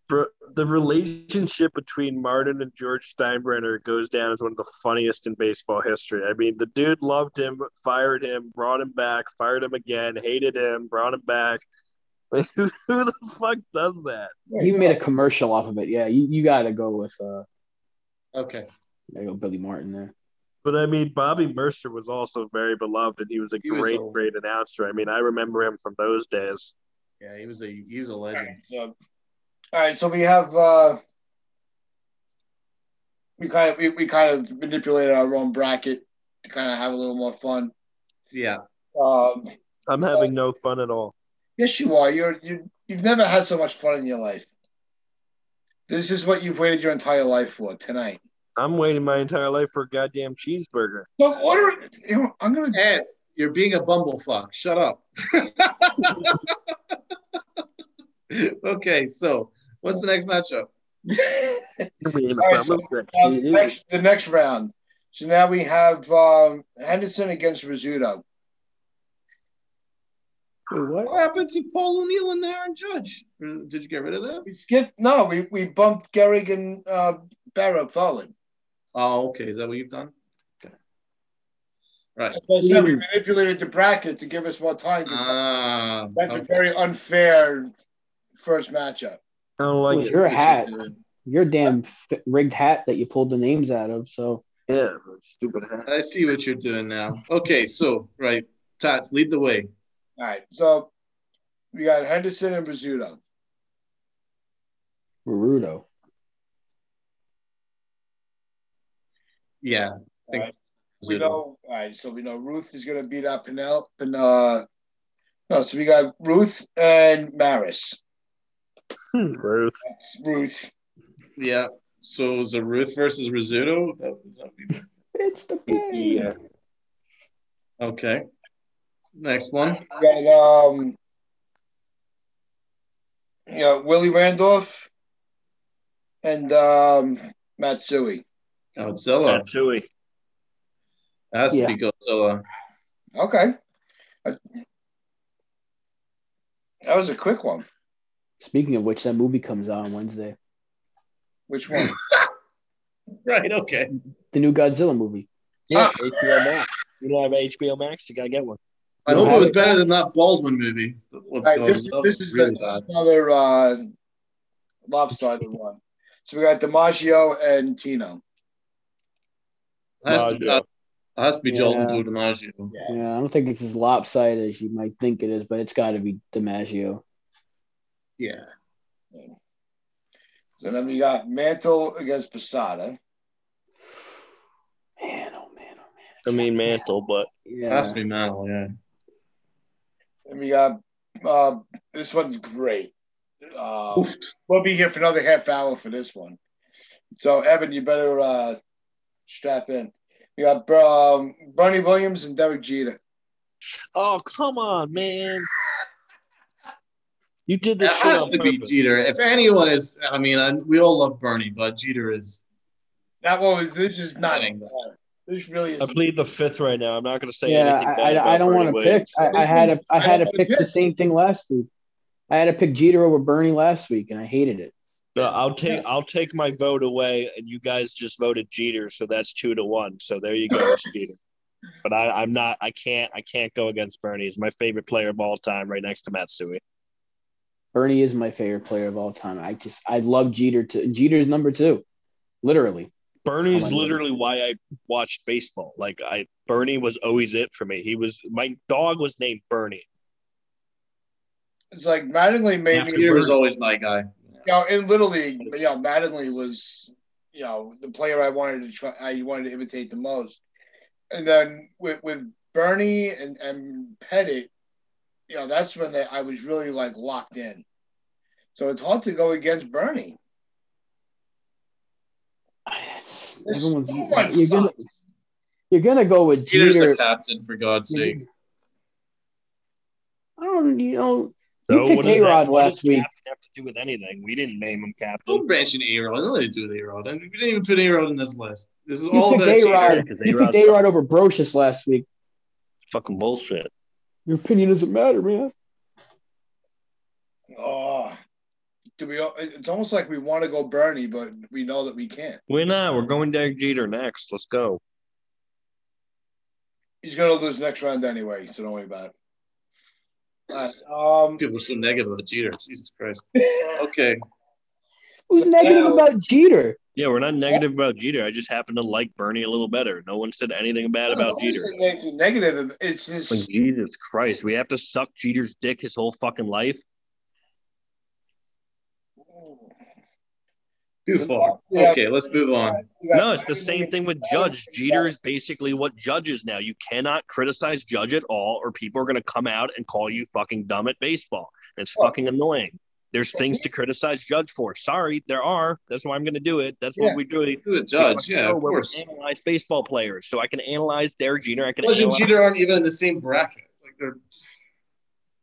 [SPEAKER 3] Bro, the relationship between Martin and George Steinbrenner goes down as one of the funniest in baseball history. I mean, the dude loved him, fired him, brought him back, fired him again, hated him, brought him back. Like, who the fuck does that?
[SPEAKER 4] he made a commercial off of it. Yeah, you, you got to go with uh,
[SPEAKER 2] Okay.
[SPEAKER 4] gotta go Billy Martin there.
[SPEAKER 3] But I mean, Bobby Mercer was also very beloved, and he was a
[SPEAKER 2] He was
[SPEAKER 3] great,
[SPEAKER 2] old.
[SPEAKER 3] great announcer. I mean, I remember him from those days.
[SPEAKER 2] Yeah, he was a he was a
[SPEAKER 1] All
[SPEAKER 2] legend.
[SPEAKER 1] right, so, all right, so we have uh, we kind of we, we kind of manipulated our own bracket to kind of have a little more fun.
[SPEAKER 2] Yeah.
[SPEAKER 1] Um,
[SPEAKER 3] I'm having no fun at all.
[SPEAKER 1] yes, you are. You're you you've never had so much fun in your life. This is what you've waited your entire life for tonight.
[SPEAKER 3] I'm waiting my entire life for a goddamn cheeseburger.
[SPEAKER 1] So order. it. You know, I'm gonna.
[SPEAKER 2] Ed, you're being a bumblefuck. Shut up. okay, so what's the next matchup?
[SPEAKER 3] I mean,
[SPEAKER 1] All right,
[SPEAKER 3] I'm a prick.
[SPEAKER 1] Uh, the next, the next round. So now we have um, Henderson against Rizzuto.
[SPEAKER 4] Wait, what?
[SPEAKER 2] What happened to Paul O'Neill and Aaron Judge? Did you get rid of them?
[SPEAKER 1] We skipped. No, we, we bumped Gehrig and uh, Barrow forward.
[SPEAKER 2] Oh, okay. Is that what you've done? Okay. Right.
[SPEAKER 1] As I said, we manipulated the bracket to give us more time. 'cause
[SPEAKER 2] Um,
[SPEAKER 1] that's a
[SPEAKER 2] okay.
[SPEAKER 1] very unfair first matchup.
[SPEAKER 3] I don't like
[SPEAKER 4] With
[SPEAKER 3] it.
[SPEAKER 4] your hat, your damn f- rigged hat that you pulled the names out of. So
[SPEAKER 3] Yeah, stupid hat.
[SPEAKER 2] I see what you're doing now. Okay, so right, Tats, lead the way.
[SPEAKER 1] All right. So we got Henderson and Rizzuto.
[SPEAKER 4] Rudo.
[SPEAKER 2] Yeah, I
[SPEAKER 1] All
[SPEAKER 2] think
[SPEAKER 1] right. We know. All right. So we know Ruth is going to beat up Penel. Pen, uh, no, so we got Ruth and Maris.
[SPEAKER 3] Ruth.
[SPEAKER 1] Ruth.
[SPEAKER 2] yeah. So is it Ruth versus Rizzuto? That was-
[SPEAKER 4] It's the best.
[SPEAKER 3] Yeah.
[SPEAKER 2] Okay. Next one.
[SPEAKER 1] We got um, you know, Willie Randolph and um, Matsui.
[SPEAKER 2] Godzilla.
[SPEAKER 3] Tatsui.
[SPEAKER 2] It has to
[SPEAKER 4] Yeah.
[SPEAKER 2] be Godzilla.
[SPEAKER 1] Okay. That that was a quick one.
[SPEAKER 4] Speaking of which, that movie comes out on Wednesday.
[SPEAKER 1] Which one?
[SPEAKER 2] Right. Okay.
[SPEAKER 4] The new Godzilla movie.
[SPEAKER 3] Yeah, HBO Max. You don't have HBO Max? You gotta get one.
[SPEAKER 2] I hope it was better than that Baldwin movie. What
[SPEAKER 1] All right, this,
[SPEAKER 2] Godzilla
[SPEAKER 1] this
[SPEAKER 2] was
[SPEAKER 1] is
[SPEAKER 2] really
[SPEAKER 1] the,
[SPEAKER 2] bad.
[SPEAKER 1] another uh, lopsided one. So we got DiMaggio and Tino.
[SPEAKER 2] It has to be,
[SPEAKER 3] Maggio.
[SPEAKER 2] it has to be Joel and
[SPEAKER 4] Yeah.
[SPEAKER 2] Joe DiMaggio.
[SPEAKER 4] Yeah, I don't think it's as lopsided as you might think it is, but it's got to be DiMaggio.
[SPEAKER 2] Yeah.
[SPEAKER 1] So then we got Mantle against Posada.
[SPEAKER 4] Man, oh man, oh man.
[SPEAKER 3] I mean, Mantle, but
[SPEAKER 2] It
[SPEAKER 4] Yeah.
[SPEAKER 2] has to be Mantle. Yeah.
[SPEAKER 1] And we got uh, this one's great. Um,
[SPEAKER 2] Oofed.
[SPEAKER 1] we'll be here for another half hour for this one. So Evan, you better uh, strap in. We got um, Bernie Williams and Derek Jeter.
[SPEAKER 3] oh come on, man! You did
[SPEAKER 2] It
[SPEAKER 3] this. shit
[SPEAKER 2] has
[SPEAKER 3] on
[SPEAKER 2] to be
[SPEAKER 3] purpose.
[SPEAKER 2] Jeter. If anyone is, I mean, I, we all love Bernie, but Jeter is
[SPEAKER 1] That one was. This is not.
[SPEAKER 2] Dang.
[SPEAKER 1] This really
[SPEAKER 3] I
[SPEAKER 1] is.
[SPEAKER 3] plead the fifth right now. I'm not gonna say
[SPEAKER 4] yeah,
[SPEAKER 3] anything.
[SPEAKER 4] I,
[SPEAKER 3] bad about
[SPEAKER 4] I, I don't
[SPEAKER 3] Bernie
[SPEAKER 4] want to pick.
[SPEAKER 3] Williams.
[SPEAKER 4] I, I had a I
[SPEAKER 1] I
[SPEAKER 4] had to
[SPEAKER 1] don't wanna
[SPEAKER 4] pick the
[SPEAKER 1] pick.
[SPEAKER 4] same thing last week. I had to pick Jeter over Bernie last week, and I hated it.
[SPEAKER 3] No, I'll take I'll take my vote away, and you guys just voted Jeter, so that's two to one. So there you go, it's Jeter. But I, I'm not. I can't. I can't go against Bernie. He's my favorite player of all time, right next to Matsui.
[SPEAKER 4] Bernie is my favorite player of all time. I just I love Jeter. To Jeter's number two, literally.
[SPEAKER 3] Bernie's
[SPEAKER 4] Oh my
[SPEAKER 3] literally why I watched baseball. Like I, Bernie was always it for me. He was my dog was named Bernie.
[SPEAKER 1] It's like Mattingly made me.
[SPEAKER 2] Jeter was always my guy.
[SPEAKER 1] you know, in Little League, you know, Mattingly was, you know, the player I wanted to try, I wanted to imitate the most. And then with, with Bernie and, and Pettit, you know, that's when they, I was really like locked in. So it's hard to go against Bernie. There's
[SPEAKER 4] Everyone's,
[SPEAKER 1] so much
[SPEAKER 4] you're, gonna, you're gonna go with
[SPEAKER 2] Jeter's
[SPEAKER 4] Jeter. Mm-hmm.
[SPEAKER 2] the captain, for God's sake.
[SPEAKER 4] I don't, you know,
[SPEAKER 3] So
[SPEAKER 4] you
[SPEAKER 3] what does
[SPEAKER 4] picked A Rod
[SPEAKER 3] that- what does
[SPEAKER 4] last week.
[SPEAKER 3] captain have to do with anything? We didn't name him
[SPEAKER 2] Don't
[SPEAKER 3] captain.
[SPEAKER 2] mention A-Rod. Don't let it do with A-Rod. I mean, we didn't even put A-Rod in this list. This is
[SPEAKER 4] You
[SPEAKER 2] all about
[SPEAKER 4] picked A
[SPEAKER 2] Jeter.
[SPEAKER 3] Yeah,
[SPEAKER 4] Rod.
[SPEAKER 3] 'cause
[SPEAKER 4] You
[SPEAKER 3] A-Rod's
[SPEAKER 4] picked A Rod over Brocious last week.
[SPEAKER 3] Fucking bullshit.
[SPEAKER 4] Your opinion doesn't matter, man.
[SPEAKER 1] Oh, do we? It's almost like we want to go Bernie, but we know that we can't.
[SPEAKER 3] We're not. We're going Derek Jeter next. Let's go.
[SPEAKER 1] He's going to lose next round anyway, so don't worry about it. All right, um,
[SPEAKER 2] People are so negative about Jeter. Jesus Christ. Okay.
[SPEAKER 4] Who's negative
[SPEAKER 1] Now-
[SPEAKER 4] about Jeter?
[SPEAKER 3] Yeah, we're not negative about Jeter. I just happen to like Bernie a little better. No one said anything bad about
[SPEAKER 1] Nobody's
[SPEAKER 3] Jeter.
[SPEAKER 1] saying anything Negative. It's
[SPEAKER 3] Like,
[SPEAKER 1] just
[SPEAKER 3] Jesus Christ, we have to suck Jeter's dick his whole fucking life.
[SPEAKER 2] Too far.
[SPEAKER 1] Yeah.
[SPEAKER 2] Okay, let's move on.
[SPEAKER 3] No, it's the same thing with Judge. Jeter is basically what Judge is now. You cannot criticize Judge at all, or people are going to come out and call you fucking dumb at baseball. It's fucking annoying. There's things to criticize Judge for. Sorry, there are. That's why I'm going to do it. That's
[SPEAKER 1] Yeah.
[SPEAKER 3] what we do. We
[SPEAKER 2] To the judge,
[SPEAKER 3] fucking
[SPEAKER 2] yeah,
[SPEAKER 3] know
[SPEAKER 2] of
[SPEAKER 3] where we
[SPEAKER 2] course.
[SPEAKER 3] Analyze baseball players, so I can analyze Derek Jeter. I can.
[SPEAKER 2] Judge and
[SPEAKER 3] analyze-
[SPEAKER 2] Jeter aren't even in the same bracket. Like they're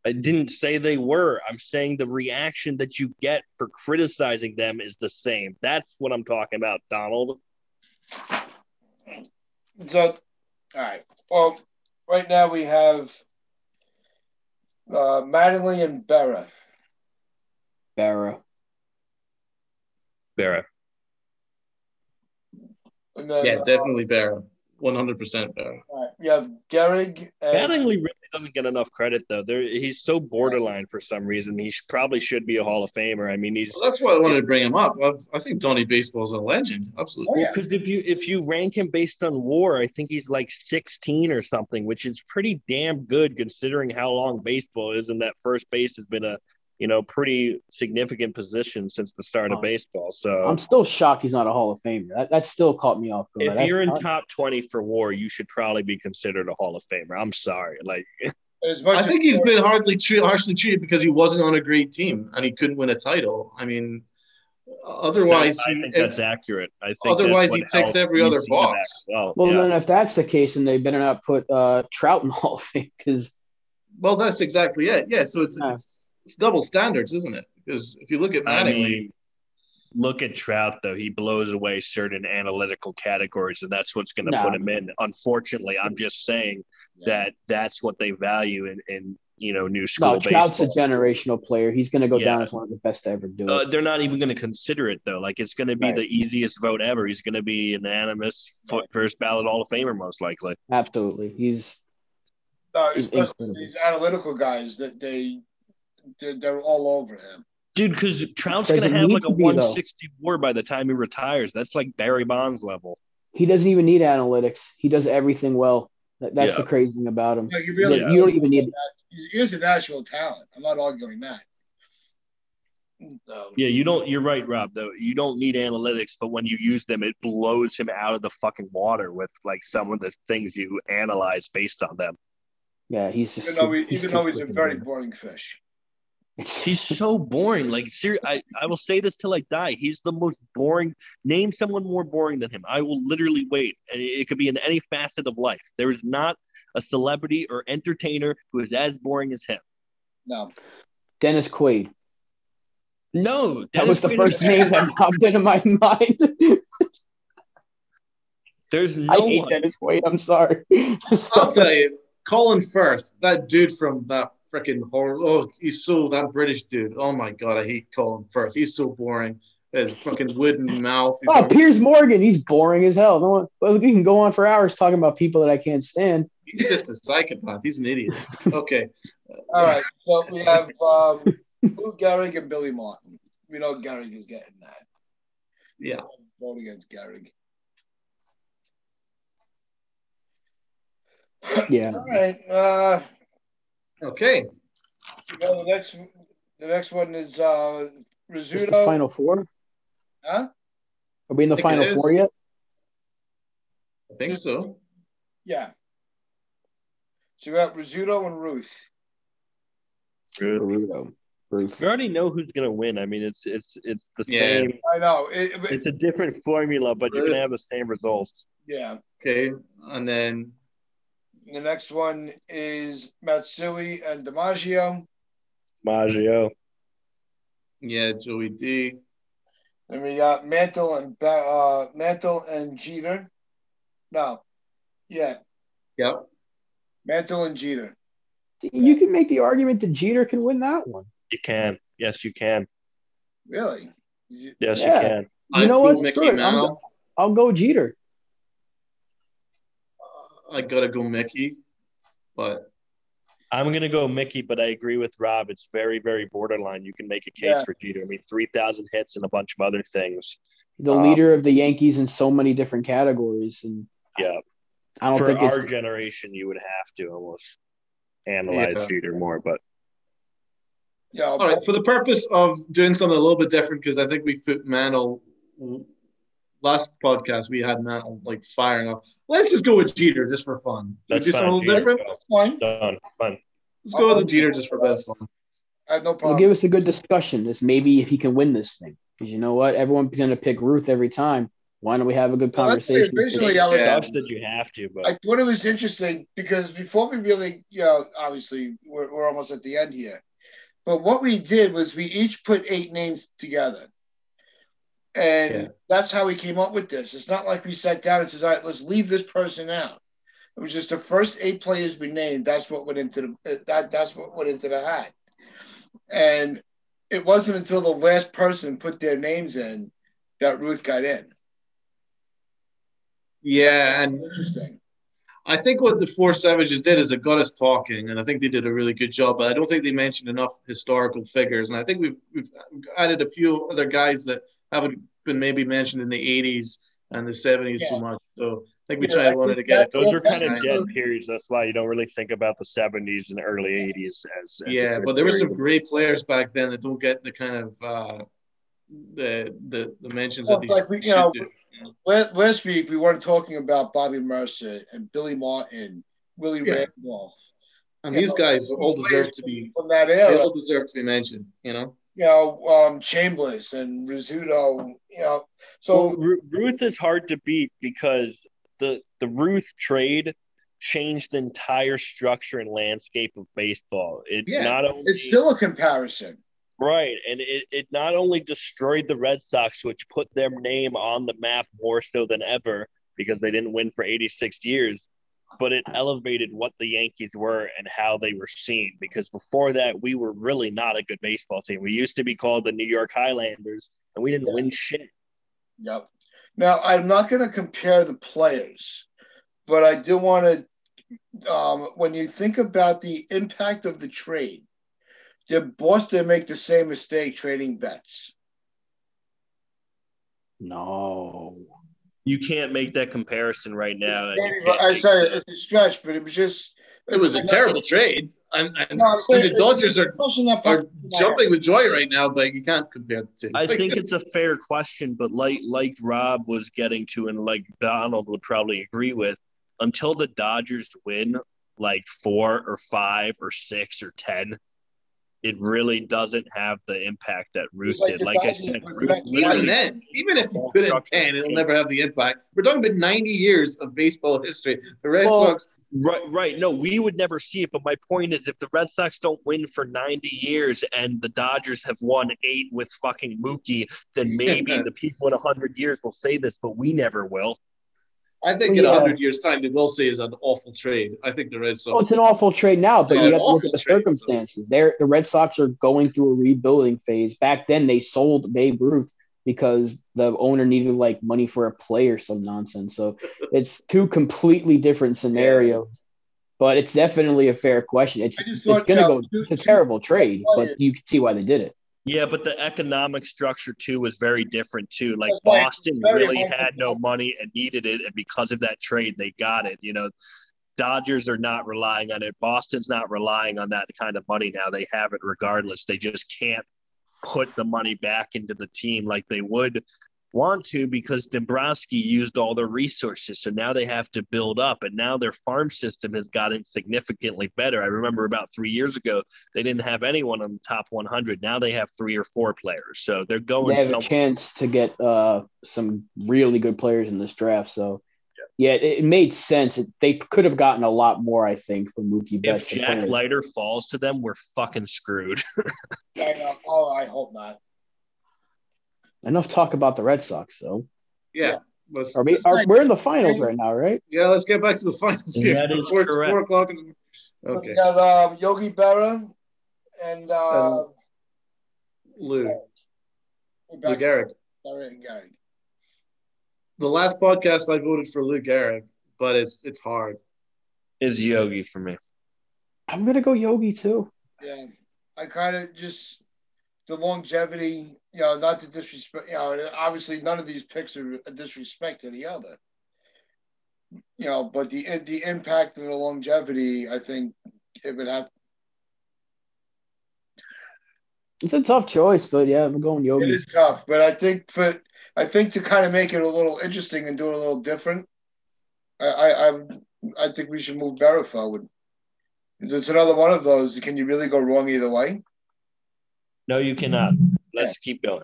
[SPEAKER 3] I didn't say they were. I'm saying the reaction that you get for criticizing them is the same. That's what I'm talking about, Donald.
[SPEAKER 1] So, all right. Well, right now we have uh, Mattingly and Berra.
[SPEAKER 4] Barra.
[SPEAKER 3] Vera.
[SPEAKER 1] And then, uh,
[SPEAKER 2] yeah, definitely Barrow. One hundred percent Barrow.
[SPEAKER 1] all right, we have Gehrig and
[SPEAKER 3] Mattingly really doesn't get enough credit though. There, he's so borderline for some reason. He sh- probably should be a Hall of Famer. I mean, he's
[SPEAKER 2] Well, that's why I wanted to bring him up. I've, I think Donnie Baseball's a legend. Absolutely.
[SPEAKER 1] Oh, yeah.
[SPEAKER 3] because if you if you rank him based on WAR, I think he's like 16 or something, which is pretty damn good considering how long baseball is and that first base has been a you know pretty significant position since the start
[SPEAKER 4] Oh.
[SPEAKER 3] of baseball. So
[SPEAKER 4] I'm still shocked he's not a Hall of Famer. That, that still caught me off guard.
[SPEAKER 3] if
[SPEAKER 4] That's
[SPEAKER 3] you're in
[SPEAKER 4] not-
[SPEAKER 3] top 20 for war you should probably be considered a hall of famer i'm sorry like
[SPEAKER 1] as much
[SPEAKER 2] I
[SPEAKER 1] as-
[SPEAKER 2] think he's been hardly tre- harshly treated because he wasn't on a great team and he couldn't win a title. I mean, otherwise,
[SPEAKER 3] i think that's accurate i think that's
[SPEAKER 2] Otherwise,
[SPEAKER 3] what
[SPEAKER 2] he ticks
[SPEAKER 3] helped
[SPEAKER 2] every
[SPEAKER 3] me
[SPEAKER 2] other
[SPEAKER 3] see him
[SPEAKER 2] box.
[SPEAKER 3] act Well,
[SPEAKER 4] well,
[SPEAKER 3] yeah.
[SPEAKER 4] then if that's the case, then they better not put uh, Trout in the Hall of Fame because
[SPEAKER 2] well, that's exactly it. Yeah, so it's
[SPEAKER 4] Yeah.
[SPEAKER 2] it's, it's double standards, isn't it? Because if you look at
[SPEAKER 3] I
[SPEAKER 2] Mattingly,
[SPEAKER 3] mean, look at Trout though. He blows away certain analytical categories, and that's what's going to
[SPEAKER 4] No.
[SPEAKER 3] put him in. Unfortunately, I'm just saying that that's what they value in, in you know new school
[SPEAKER 4] no, Trout's
[SPEAKER 3] baseball.
[SPEAKER 4] a generational player. He's going to go
[SPEAKER 3] Yeah.
[SPEAKER 4] down as one of the best to ever do it.
[SPEAKER 3] uh, they're not even going to consider it though. Like it's going to be
[SPEAKER 4] Right.
[SPEAKER 3] the easiest vote ever. He's going to be an unanimous fo- first ballot Hall of Famer most likely.
[SPEAKER 4] Absolutely, he's
[SPEAKER 1] no,
[SPEAKER 4] he's
[SPEAKER 1] especially
[SPEAKER 4] incredible.
[SPEAKER 1] these analytical guys that they they're, they're all over him.
[SPEAKER 3] Dude, because Trout's
[SPEAKER 4] Doesn't
[SPEAKER 3] going to have
[SPEAKER 4] need
[SPEAKER 3] like a
[SPEAKER 4] to be, though.
[SPEAKER 3] 160 war by the time he retires. That's like Barry Bonds level.
[SPEAKER 4] he doesn't even need analytics. He does everything well. That, that's
[SPEAKER 3] Yeah.
[SPEAKER 4] the crazy thing about him.
[SPEAKER 1] Like, you
[SPEAKER 4] You
[SPEAKER 1] really
[SPEAKER 4] don't- you don't even need.
[SPEAKER 1] he's, he is a national talent. I'm not arguing that. Um,
[SPEAKER 3] Yeah, you don't. You're right, Rob. Though you don't need analytics, but when you use them, it blows him out of the fucking water with like some of the things you analyze based on them.
[SPEAKER 4] Yeah, he's just.
[SPEAKER 1] even though, we,
[SPEAKER 4] he's
[SPEAKER 1] even
[SPEAKER 4] too
[SPEAKER 1] though he's a
[SPEAKER 4] freaking
[SPEAKER 1] very
[SPEAKER 4] good.
[SPEAKER 1] boring fish.
[SPEAKER 3] He's so boring. Like, ser- I, I will say this till I die. He's the most boring. Name someone more boring than him. I will literally wait. And it it could be in any facet of life. There is not a celebrity or entertainer who is as boring as him.
[SPEAKER 1] No,
[SPEAKER 4] Dennis Quaid.
[SPEAKER 3] No,
[SPEAKER 4] That was the
[SPEAKER 3] Quaid is-
[SPEAKER 4] first name that popped into my mind.
[SPEAKER 3] There's no
[SPEAKER 4] I hate
[SPEAKER 3] one.
[SPEAKER 4] Dennis Quaid. I'm sorry.
[SPEAKER 2] I'll tell you, Colin Firth, that dude from that freaking horror. Oh, he's so that British dude. Oh my god, I hate Colin Firth. He's so boring. His fucking wooden mouth. He's
[SPEAKER 4] Oh,
[SPEAKER 2] like-
[SPEAKER 4] Piers Morgan, he's boring as hell. No one, well, we can go on for hours talking about people that I can't stand.
[SPEAKER 2] He's just a psychopath. He's an idiot. Okay.
[SPEAKER 1] All right, so we have um, Lou Gehrig and Billy Martin. We know Gehrig is getting that.
[SPEAKER 2] Yeah.
[SPEAKER 1] Vote against Gehrig.
[SPEAKER 4] Yeah.
[SPEAKER 1] All right. Uh,
[SPEAKER 2] Okay.
[SPEAKER 1] you know, the next the next one is uh,
[SPEAKER 4] Just the
[SPEAKER 1] Rizzuto.
[SPEAKER 4] final four?
[SPEAKER 1] Huh?
[SPEAKER 4] Are we in
[SPEAKER 2] I
[SPEAKER 4] the
[SPEAKER 2] think
[SPEAKER 4] final
[SPEAKER 2] it is.
[SPEAKER 4] four yet?
[SPEAKER 2] I think so.
[SPEAKER 1] Yeah. So we have Rizzuto and Ruth.
[SPEAKER 4] Rudo. Proof.
[SPEAKER 3] We already know who's gonna win. I mean, it's it's it's the
[SPEAKER 2] Yeah.
[SPEAKER 3] same.
[SPEAKER 1] I know. It, it-
[SPEAKER 3] It's a different formula, but you're gonna
[SPEAKER 2] Yes.
[SPEAKER 3] have the same results.
[SPEAKER 1] yeah.
[SPEAKER 2] Okay, and then
[SPEAKER 1] The next one is Matsui and DiMaggio.
[SPEAKER 3] Maggio.
[SPEAKER 2] yeah, Joey D.
[SPEAKER 1] Then we got Mantle and Ba- uh, Mantle and Jeter. No, yeah,
[SPEAKER 2] Yep.
[SPEAKER 1] Mantle and Jeter.
[SPEAKER 4] You can make the argument that Jeter can win that one.
[SPEAKER 3] You can. Yes, you can.
[SPEAKER 1] Really? You-
[SPEAKER 3] Yes,
[SPEAKER 4] Yeah.
[SPEAKER 3] you can.
[SPEAKER 4] You know
[SPEAKER 2] I'd
[SPEAKER 4] what?
[SPEAKER 2] go Mickey
[SPEAKER 4] Screw it. I'm
[SPEAKER 2] now.
[SPEAKER 4] I'll go Jeter.
[SPEAKER 2] I gotta go Mickey, but
[SPEAKER 3] I'm gonna go Mickey, but I agree with Rob. It's very, very borderline. You can make a case
[SPEAKER 1] Yeah.
[SPEAKER 3] for Jeter. I mean, three thousand hits and a bunch of other things.
[SPEAKER 4] The
[SPEAKER 3] Um,
[SPEAKER 4] leader of the Yankees in so many different categories, and
[SPEAKER 3] Yeah.
[SPEAKER 4] I don't
[SPEAKER 3] For
[SPEAKER 4] think it's
[SPEAKER 3] our generation, you would have to almost analyze
[SPEAKER 2] Yeah.
[SPEAKER 3] Jeter more, but
[SPEAKER 1] Yeah,
[SPEAKER 2] all right. For the purpose of doing something a little bit different, because I think we put Mantle last podcast we had Mantle like firing up. Let's just go with Jeter just for fun. Should we
[SPEAKER 3] that's
[SPEAKER 2] do something a
[SPEAKER 3] fine.
[SPEAKER 2] little different.
[SPEAKER 3] Jeter's
[SPEAKER 1] fine.
[SPEAKER 3] Done. Fun.
[SPEAKER 2] Let's go with the Jeter just for a bit of fun.
[SPEAKER 1] I have no
[SPEAKER 4] It'll
[SPEAKER 1] problem.
[SPEAKER 4] give us a good discussion. This maybe if he can win this thing, because you know what, everyone's going to pick Ruth every time. Why don't we have a good
[SPEAKER 1] Well, that's
[SPEAKER 4] conversation?
[SPEAKER 1] originally I
[SPEAKER 3] It
[SPEAKER 1] was-
[SPEAKER 3] sucks that you have to, but
[SPEAKER 1] I thought it was interesting because before we really, you know, obviously we're, we're almost at the end here. But what we did was we each put eight names together. And
[SPEAKER 2] Yeah.
[SPEAKER 1] that's how we came up with this. It's not like we sat down and says, all right, let's leave this person out. It was just the first eight players we named. That's what went into the uh, that that's what went into the hat. And it wasn't until the last person put their names in that Ruth got in.
[SPEAKER 2] Yeah, and
[SPEAKER 1] Interesting.
[SPEAKER 2] I think what the Four Savages did is it got us talking, and I think they did a really good job. But I don't think they mentioned enough historical figures, and I think we've we've added a few other guys that haven't been maybe mentioned in the '80s and the '70s
[SPEAKER 1] Yeah.
[SPEAKER 2] too much. So I think we
[SPEAKER 1] Yeah,
[SPEAKER 2] tried
[SPEAKER 1] I
[SPEAKER 2] wanted to
[SPEAKER 1] think
[SPEAKER 2] get
[SPEAKER 1] that-
[SPEAKER 2] it.
[SPEAKER 3] those are kind
[SPEAKER 2] Nice.
[SPEAKER 3] of dead periods. That's why you don't really think about the 70s and early 80s as, as a
[SPEAKER 2] Yeah,
[SPEAKER 3] good
[SPEAKER 2] but there were some
[SPEAKER 3] period.
[SPEAKER 2] great players back then that don't get the kind of uh, the, the the mentions
[SPEAKER 1] Well,
[SPEAKER 2] that
[SPEAKER 1] it's
[SPEAKER 2] these
[SPEAKER 1] like we- you
[SPEAKER 2] should
[SPEAKER 1] know,
[SPEAKER 2] do.
[SPEAKER 1] La- last week we weren't talking about Bobby Mercer and Billy Martin, Willie
[SPEAKER 2] Yeah.
[SPEAKER 1] Randolph
[SPEAKER 2] And
[SPEAKER 1] you
[SPEAKER 2] these
[SPEAKER 1] know,
[SPEAKER 2] guys all deserve to be
[SPEAKER 1] from that
[SPEAKER 2] they
[SPEAKER 1] era.
[SPEAKER 2] all deserve to be mentioned. You know.
[SPEAKER 1] You know, um, Chambliss and Rizzuto. You know, so
[SPEAKER 3] Well, Ru- Ruth is hard to beat because the the Ruth trade changed the entire structure and landscape of baseball. It
[SPEAKER 1] Yeah,
[SPEAKER 3] not only
[SPEAKER 1] it's still a comparison.
[SPEAKER 3] right, and it, it not only destroyed the Red Sox, which put their name on the map more so than ever because they didn't win for 86 years, but it elevated what the Yankees were and how they were seen. Because before that, we were really not a good baseball team. We used to be called the New York Highlanders, and we didn't
[SPEAKER 1] Yeah.
[SPEAKER 3] win shit.
[SPEAKER 1] Yep. Now I'm not going to compare the players, but I do want to. Um, when you think about the impact of the trade, did Boston make the same mistake trading bets?
[SPEAKER 4] no.
[SPEAKER 3] You can't make that comparison right now. and you
[SPEAKER 1] Maybe-
[SPEAKER 3] can't
[SPEAKER 1] I
[SPEAKER 3] make-
[SPEAKER 1] say it's a stretch, but it was just
[SPEAKER 2] It was a
[SPEAKER 1] I'm not-
[SPEAKER 2] terrible trade, and, and
[SPEAKER 1] No, I'm saying-
[SPEAKER 2] the Dodgers are
[SPEAKER 1] Pushing that
[SPEAKER 2] are
[SPEAKER 1] puck in my
[SPEAKER 2] jumping with joy right now, but you can't compare the two.
[SPEAKER 3] I think it's a fair question, but like like Rob was getting to, and like Donald would probably agree with, until the Dodgers win like four or five or six or ten, it really doesn't have the impact that Ruth
[SPEAKER 1] It's like
[SPEAKER 3] did.
[SPEAKER 1] the
[SPEAKER 3] Like I
[SPEAKER 1] Dodgers
[SPEAKER 3] said,
[SPEAKER 1] were
[SPEAKER 3] Ruth
[SPEAKER 1] back-
[SPEAKER 2] even
[SPEAKER 3] literally-
[SPEAKER 2] then, even if you put in ten, it'll never have the impact. We're talking about ninety years of baseball history. The Red
[SPEAKER 3] Well,
[SPEAKER 2] Sox,
[SPEAKER 3] Right, right. No, we would never see it. But my point is, if the Red Sox don't win for 90 years and the Dodgers have won eight with fucking Mookie, then maybe the people in 100 years will say this, but we never will.
[SPEAKER 2] I think in
[SPEAKER 4] Yeah.
[SPEAKER 2] hundred years' time, they will say is an awful trade. I think the Red Sox.
[SPEAKER 4] Well, Oh,
[SPEAKER 1] Oh,
[SPEAKER 4] it's an awful trade now, but
[SPEAKER 2] Yeah,
[SPEAKER 4] you have to look
[SPEAKER 2] awful
[SPEAKER 4] at the
[SPEAKER 2] trade, so-
[SPEAKER 4] circumstances. They're, the Red Sox are going through a rebuilding phase. Back then, they sold Babe Ruth because the owner needed like money for a play or some nonsense. So it's two completely different scenarios. But it's definitely a fair question. It's
[SPEAKER 1] I just
[SPEAKER 4] it's
[SPEAKER 1] thought,
[SPEAKER 4] gonna
[SPEAKER 1] you know,
[SPEAKER 4] go.
[SPEAKER 1] two-
[SPEAKER 4] It's a
[SPEAKER 1] two-
[SPEAKER 4] terrible trade, but you can see why they did it.
[SPEAKER 3] Yeah, but the economic structure too was very different too. Like
[SPEAKER 1] That's why it's
[SPEAKER 3] Boston
[SPEAKER 1] very
[SPEAKER 3] really
[SPEAKER 1] hard to
[SPEAKER 3] had no money and needed it, and because of that trade, they got it. You know, Dodgers are not relying on it. Boston's not relying on that kind of money now. They have it regardless. They just can't put the money back into the team like they would want to because Dombrowski used all their resources. So now they have to build up, and now their farm system has gotten significantly better. I remember about three years ago, they didn't have anyone on the top 100. Now they have three or four players. So they're going.
[SPEAKER 4] They have
[SPEAKER 3] somewhere.
[SPEAKER 4] a chance to get uh, some really good players in this draft. So, yeah, it, it made sense. It, they could have gotten a lot more, I think, from Mookie
[SPEAKER 3] If
[SPEAKER 4] Betts.
[SPEAKER 3] Jack Leiter falls to them, we're fucking screwed.
[SPEAKER 1] I know. Oh, I hope not.
[SPEAKER 4] Enough talk about the Red Sox, though.
[SPEAKER 2] Yeah. Let's,
[SPEAKER 4] Are we, are, we're in the finals right now, right?
[SPEAKER 2] yeah, let's get back to the finals here.
[SPEAKER 3] That is
[SPEAKER 2] before it's
[SPEAKER 3] correct.
[SPEAKER 2] four o'clock. In the, okay.
[SPEAKER 1] We got uh, Yogi Berra and uh,
[SPEAKER 2] Um, Lou, Lou
[SPEAKER 1] back-
[SPEAKER 2] Gehrig.
[SPEAKER 1] Barrett and Gehrig.
[SPEAKER 2] The last podcast I voted for Lou Gehrig, but it's it's hard.
[SPEAKER 3] Is Yogi for me?
[SPEAKER 4] I'm gonna go Yogi too.
[SPEAKER 1] Yeah, I kind of just the longevity. You know, not to disrespect. You know, and obviously none of these picks are a disrespect to the other. You know, but the the impact and the longevity, I think it would have.
[SPEAKER 4] It's a tough choice, but yeah, I'm going
[SPEAKER 1] It
[SPEAKER 4] Yogi.
[SPEAKER 1] is tough, but I think for I think to kind of make it a little interesting and do it a little different, I I I, I think we should move Barrett forward. It's it's another one of those. Can you really go wrong either way?
[SPEAKER 3] No, you cannot. Let's keep going.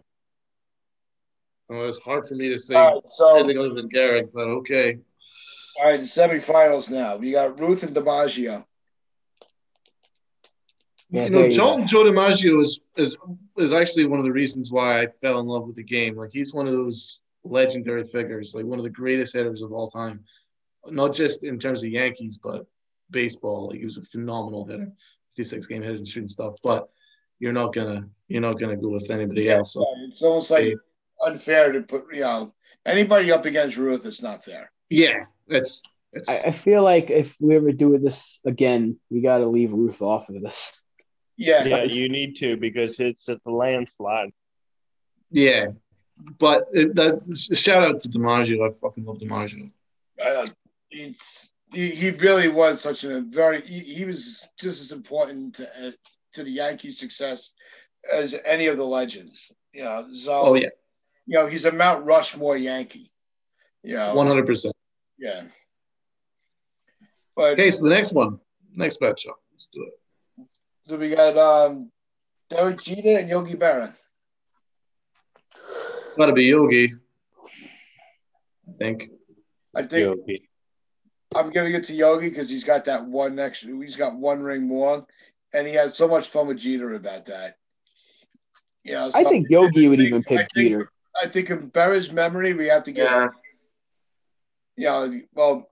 [SPEAKER 2] So it was hard for me to say
[SPEAKER 1] All right, so
[SPEAKER 2] anything other than Gehrig, but okay.
[SPEAKER 1] All right, semifinals now. We got Ruth and DiMaggio.
[SPEAKER 4] Yeah,
[SPEAKER 2] you
[SPEAKER 4] there
[SPEAKER 2] know,
[SPEAKER 4] you
[SPEAKER 2] Joe,
[SPEAKER 4] go.
[SPEAKER 2] Joe DiMaggio is, is is actually one of the reasons why I fell in love with the game. Like he's one of those legendary figures, like one of the greatest hitters of all time. Not just in terms of Yankees, but baseball. Like he was a phenomenal hitter, 56 game hitter and shooting stuff. But you're not gonna you're not gonna go with anybody else. So,
[SPEAKER 1] It's almost like unfair to put, you know, anybody up against Ruth, it's not fair.
[SPEAKER 2] yeah, it's it's
[SPEAKER 4] I, I feel like if we ever do this again, we got to leave Ruth off of this.
[SPEAKER 1] Yeah.
[SPEAKER 3] Yeah, you need to because it's it's a landslide.
[SPEAKER 2] yeah. But it, that shout out to DiMaggio. I fucking love DiMaggio.
[SPEAKER 1] I don't- it's, he, he really was such a very, he, he was just as important to, uh, to the Yankees' success as any of the legends. You know, so,
[SPEAKER 2] Oh yeah,
[SPEAKER 1] you know, he's a Mount Rushmore Yankee. You know,
[SPEAKER 2] 100. percent
[SPEAKER 1] yeah. But
[SPEAKER 2] Okay, so the next one, next matchup. Let's do it.
[SPEAKER 1] so we got um, Derek Jeter and Yogi Berra.
[SPEAKER 2] Gotta be Yogi. I think.
[SPEAKER 1] I think
[SPEAKER 3] Yogi.
[SPEAKER 1] I'm giving it to Yogi because he's got that one extra. He's got one ring more, and he had so much fun with Jeter about that. You know,
[SPEAKER 4] I
[SPEAKER 1] so
[SPEAKER 4] think Yogi would even
[SPEAKER 1] I
[SPEAKER 4] pick
[SPEAKER 1] think-
[SPEAKER 4] Peter.
[SPEAKER 1] I think in Berra's memory, we have to get. You know, well,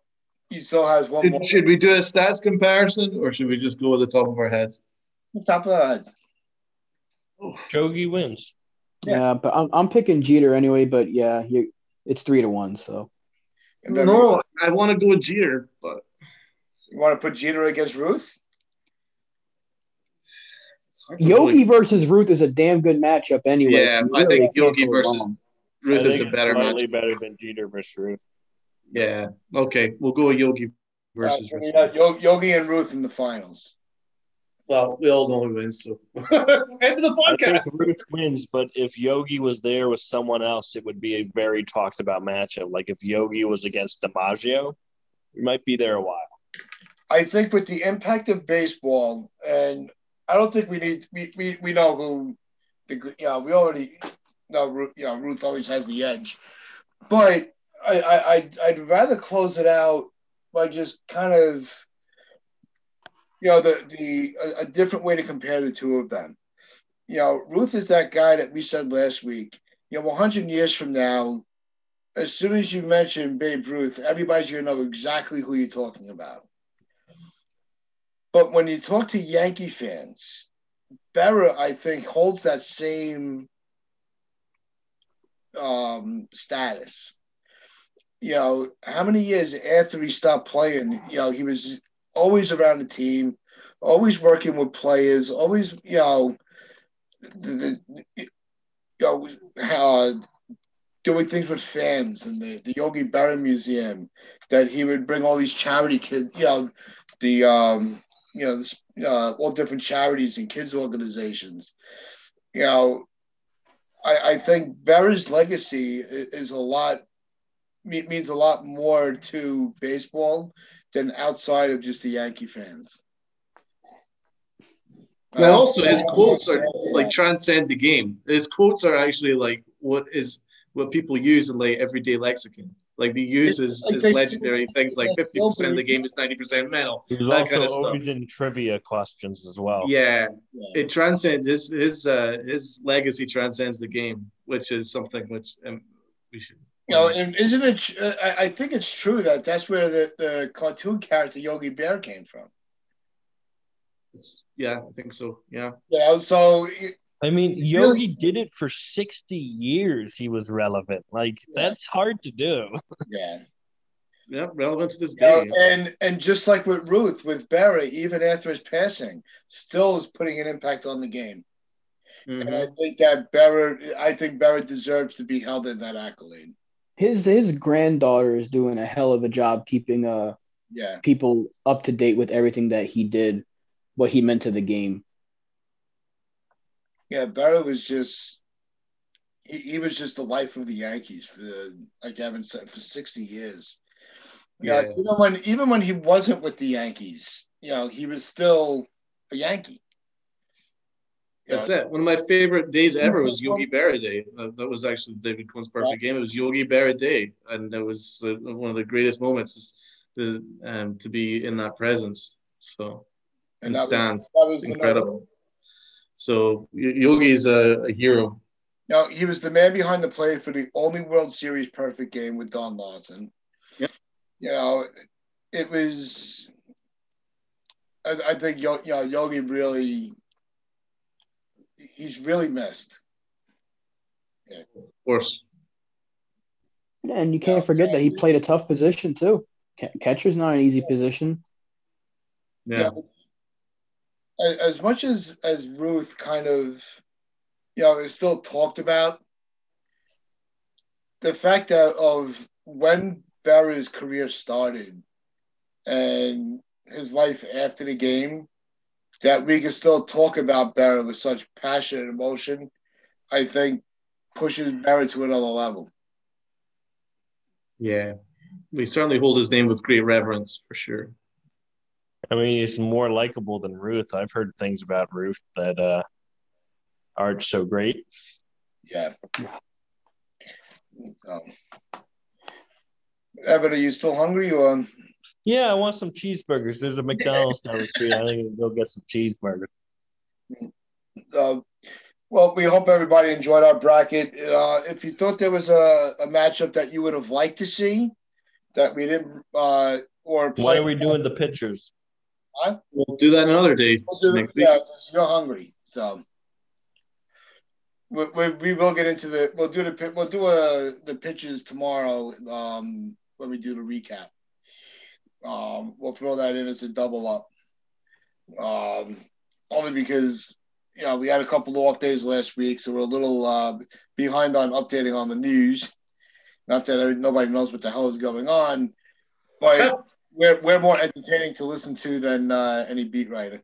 [SPEAKER 1] he still has one more.
[SPEAKER 2] Should, should we do a stats comparison or should we just go with the top of our heads?
[SPEAKER 1] Top of the head.
[SPEAKER 3] Yogi wins.
[SPEAKER 1] yeah.
[SPEAKER 4] Yeah, but I'm, I'm picking Jeter anyway. But yeah, you, it's three to one. So
[SPEAKER 1] And then
[SPEAKER 2] No, I want to go with Jeter, but
[SPEAKER 1] You want to put Jeter against Ruth?
[SPEAKER 2] it's hard to
[SPEAKER 4] Yogi
[SPEAKER 2] really-
[SPEAKER 4] versus Ruth is a damn good matchup anyway.
[SPEAKER 2] Yeah,
[SPEAKER 4] so you
[SPEAKER 2] I think
[SPEAKER 4] can't
[SPEAKER 2] Yogi
[SPEAKER 4] go
[SPEAKER 2] versus-
[SPEAKER 4] wrong.
[SPEAKER 2] Ruth
[SPEAKER 3] I
[SPEAKER 2] is a
[SPEAKER 3] think it's
[SPEAKER 2] better match.
[SPEAKER 3] slightly better than Jeter versus Ruth.
[SPEAKER 2] Yeah. Okay, we'll go with Yogi versus
[SPEAKER 1] Uh, we
[SPEAKER 2] Ruth.
[SPEAKER 1] got Yo- Yogi and Ruth in the finals.
[SPEAKER 2] Well, we all know who wins, so end of the
[SPEAKER 3] I think
[SPEAKER 2] podcast.
[SPEAKER 3] Ruth wins, but if Yogi was there with someone else, it would be a very talked about matchup. Like if Yogi was against DiMaggio, we might be there a while.
[SPEAKER 1] I think with the impact of baseball, and I don't think we need we we, we know who the you know we already know Ruth, you know Ruth always has the edge, but I I I'd, I'd rather close it out by just kind of you know the the a, a different way to compare the two of them. You know, Ruth is that guy that we said last week. You know, 100 years from now, as soon as you mention Babe Ruth, everybody's gonna know exactly who you're talking about. But when you talk to Yankee fans, Berra, I think, holds that same um, status. You know, how many years after he stopped playing, you know, he was always around the team, always working with players, always, you know, the, the, you know uh, doing things with fans and the, the Yogi Berra Museum, that he would bring all these charity kids, you know, the, um, you know, this, uh, all different charities and kids organizations. You know, I, I think Vera's legacy is, is a lot me- means a lot more to baseball than outside of just the Yankee fans.
[SPEAKER 2] And also,
[SPEAKER 1] Uh,
[SPEAKER 2] his quotes are like transcend the game. His quotes are actually like what is what people use in like everyday lexicon. Like they use his,
[SPEAKER 1] Like
[SPEAKER 2] his
[SPEAKER 1] they-
[SPEAKER 2] legendary things like fifty percent of the game is ninety percent mental.
[SPEAKER 3] There's
[SPEAKER 2] That kind
[SPEAKER 3] also
[SPEAKER 2] of stuff.
[SPEAKER 3] origin trivia questions as well.
[SPEAKER 2] Yeah,
[SPEAKER 1] Yeah.
[SPEAKER 2] it transcends his his uh, his legacy transcends the game, which is something which um, we should.
[SPEAKER 1] You know, and isn't Oh, it? uh, I, I think it's true that that's where the, the cartoon character Yogi Bear came from.
[SPEAKER 2] It's- yeah, I think so. Yeah,
[SPEAKER 1] You know, so it,
[SPEAKER 3] I mean,
[SPEAKER 1] Really-
[SPEAKER 3] Yogi did it for 60 years. He was relevant. Like,
[SPEAKER 1] Yeah.
[SPEAKER 3] that's hard to do.
[SPEAKER 1] yeah.
[SPEAKER 2] yeah, relevant to this
[SPEAKER 1] You know,
[SPEAKER 2] day.
[SPEAKER 1] and and just like with Ruth, with Barry, even after his passing, still is putting an impact on the game. And
[SPEAKER 2] Mhm.
[SPEAKER 1] I think that Barrett, I think Barrett deserves to be held in that accolade.
[SPEAKER 4] His his granddaughter is doing a hell of a job keeping uh
[SPEAKER 1] Yeah,
[SPEAKER 4] people up to date with everything that he did, what he meant to the game.
[SPEAKER 1] yeah. Barrett was just he, he was just the life of the Yankees for the, like Evan said for sixty years. Yeah,
[SPEAKER 2] Yeah.
[SPEAKER 1] even when even when he wasn't with the Yankees, you know, he was still a Yankee. You
[SPEAKER 2] That's
[SPEAKER 1] know,
[SPEAKER 2] it. One of my favorite days ever was Yogi Berra Day. Uh, that was actually David Cohn's perfect game. It was Yogi Berra Day, and it was uh, one of the greatest moments is, is, um, to be in that presence. So
[SPEAKER 1] and
[SPEAKER 2] and
[SPEAKER 1] that was-
[SPEAKER 2] stands
[SPEAKER 1] that was the-
[SPEAKER 2] incredible. So Y- Yogi is a, a hero.
[SPEAKER 1] No, he was the man behind the play for the only World Series perfect game with Don Lawson.
[SPEAKER 2] Yep.
[SPEAKER 1] You know, it was. I, I think Yo, you know, Yogi really. He's really missed.
[SPEAKER 2] Of course,
[SPEAKER 4] And you can't forget that he played a tough position too. Ca- Catcher's not an easy position.
[SPEAKER 2] yeah.
[SPEAKER 1] As, as much as as Ruth kind of, you know, is still talked about. The fact that of when Barry's career started, and his life after the game that we can still talk about Barrett with such passion and emotion, I think pushes Barrett to another level.
[SPEAKER 2] Yeah, we certainly hold his name with great reverence for sure.
[SPEAKER 3] I mean, he's more likable than Ruth. I've heard things about Ruth that uh, aren't so great.
[SPEAKER 1] Yeah. So. Evan, are you still hungry or
[SPEAKER 3] Yeah, I want some cheeseburgers. There's a McDonald's down the street. I think we will go get some cheeseburgers.
[SPEAKER 1] uh, well, we hope everybody enjoyed our bracket. Uh, if you thought there was a, a matchup that you would have liked to see that we didn't uh, or
[SPEAKER 3] When
[SPEAKER 1] play,
[SPEAKER 3] are we doing the pictures?
[SPEAKER 2] We'll do that another day.
[SPEAKER 1] We'll do-
[SPEAKER 2] next week.
[SPEAKER 1] yeah, 'cause you're hungry, so we, we, we will get into the we'll do the pi- we'll do uh the pitches tomorrow um, when we do the recap. Um, we'll throw that in as a double up, um, only because you know we had a couple of off days last week, so we're a little uh, behind on updating on the news. Not that every- nobody knows what the hell is going on, but we're, we're more entertaining to listen to than uh, any beat writer.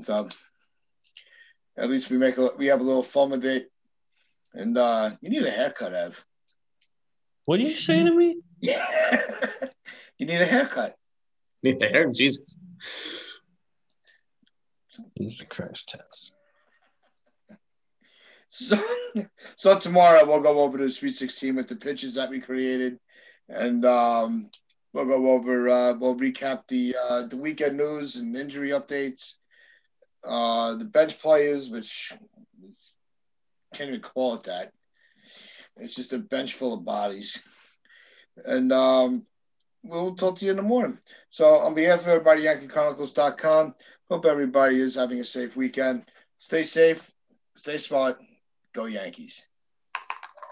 [SPEAKER 1] So um, at least we make a we have a little fun with it. And uh, you need a haircut, Ev.
[SPEAKER 3] What do you say to me?
[SPEAKER 1] you need a haircut.
[SPEAKER 2] Need the hair, Jesus.
[SPEAKER 3] Jesus Christ, Tess.
[SPEAKER 1] So, so tomorrow we'll go over to Sweet 16 with the pitches that we created, and um, we'll go over uh, we'll recap the uh, the weekend news and injury updates, uh, the bench players, which is, can't even call it that. It's just a bench full of bodies, and um, we'll talk to you in the morning. So on behalf of everybody, at YankeeChronicles.com. Hope everybody is having a safe weekend. Stay safe, stay smart. Go Yankees.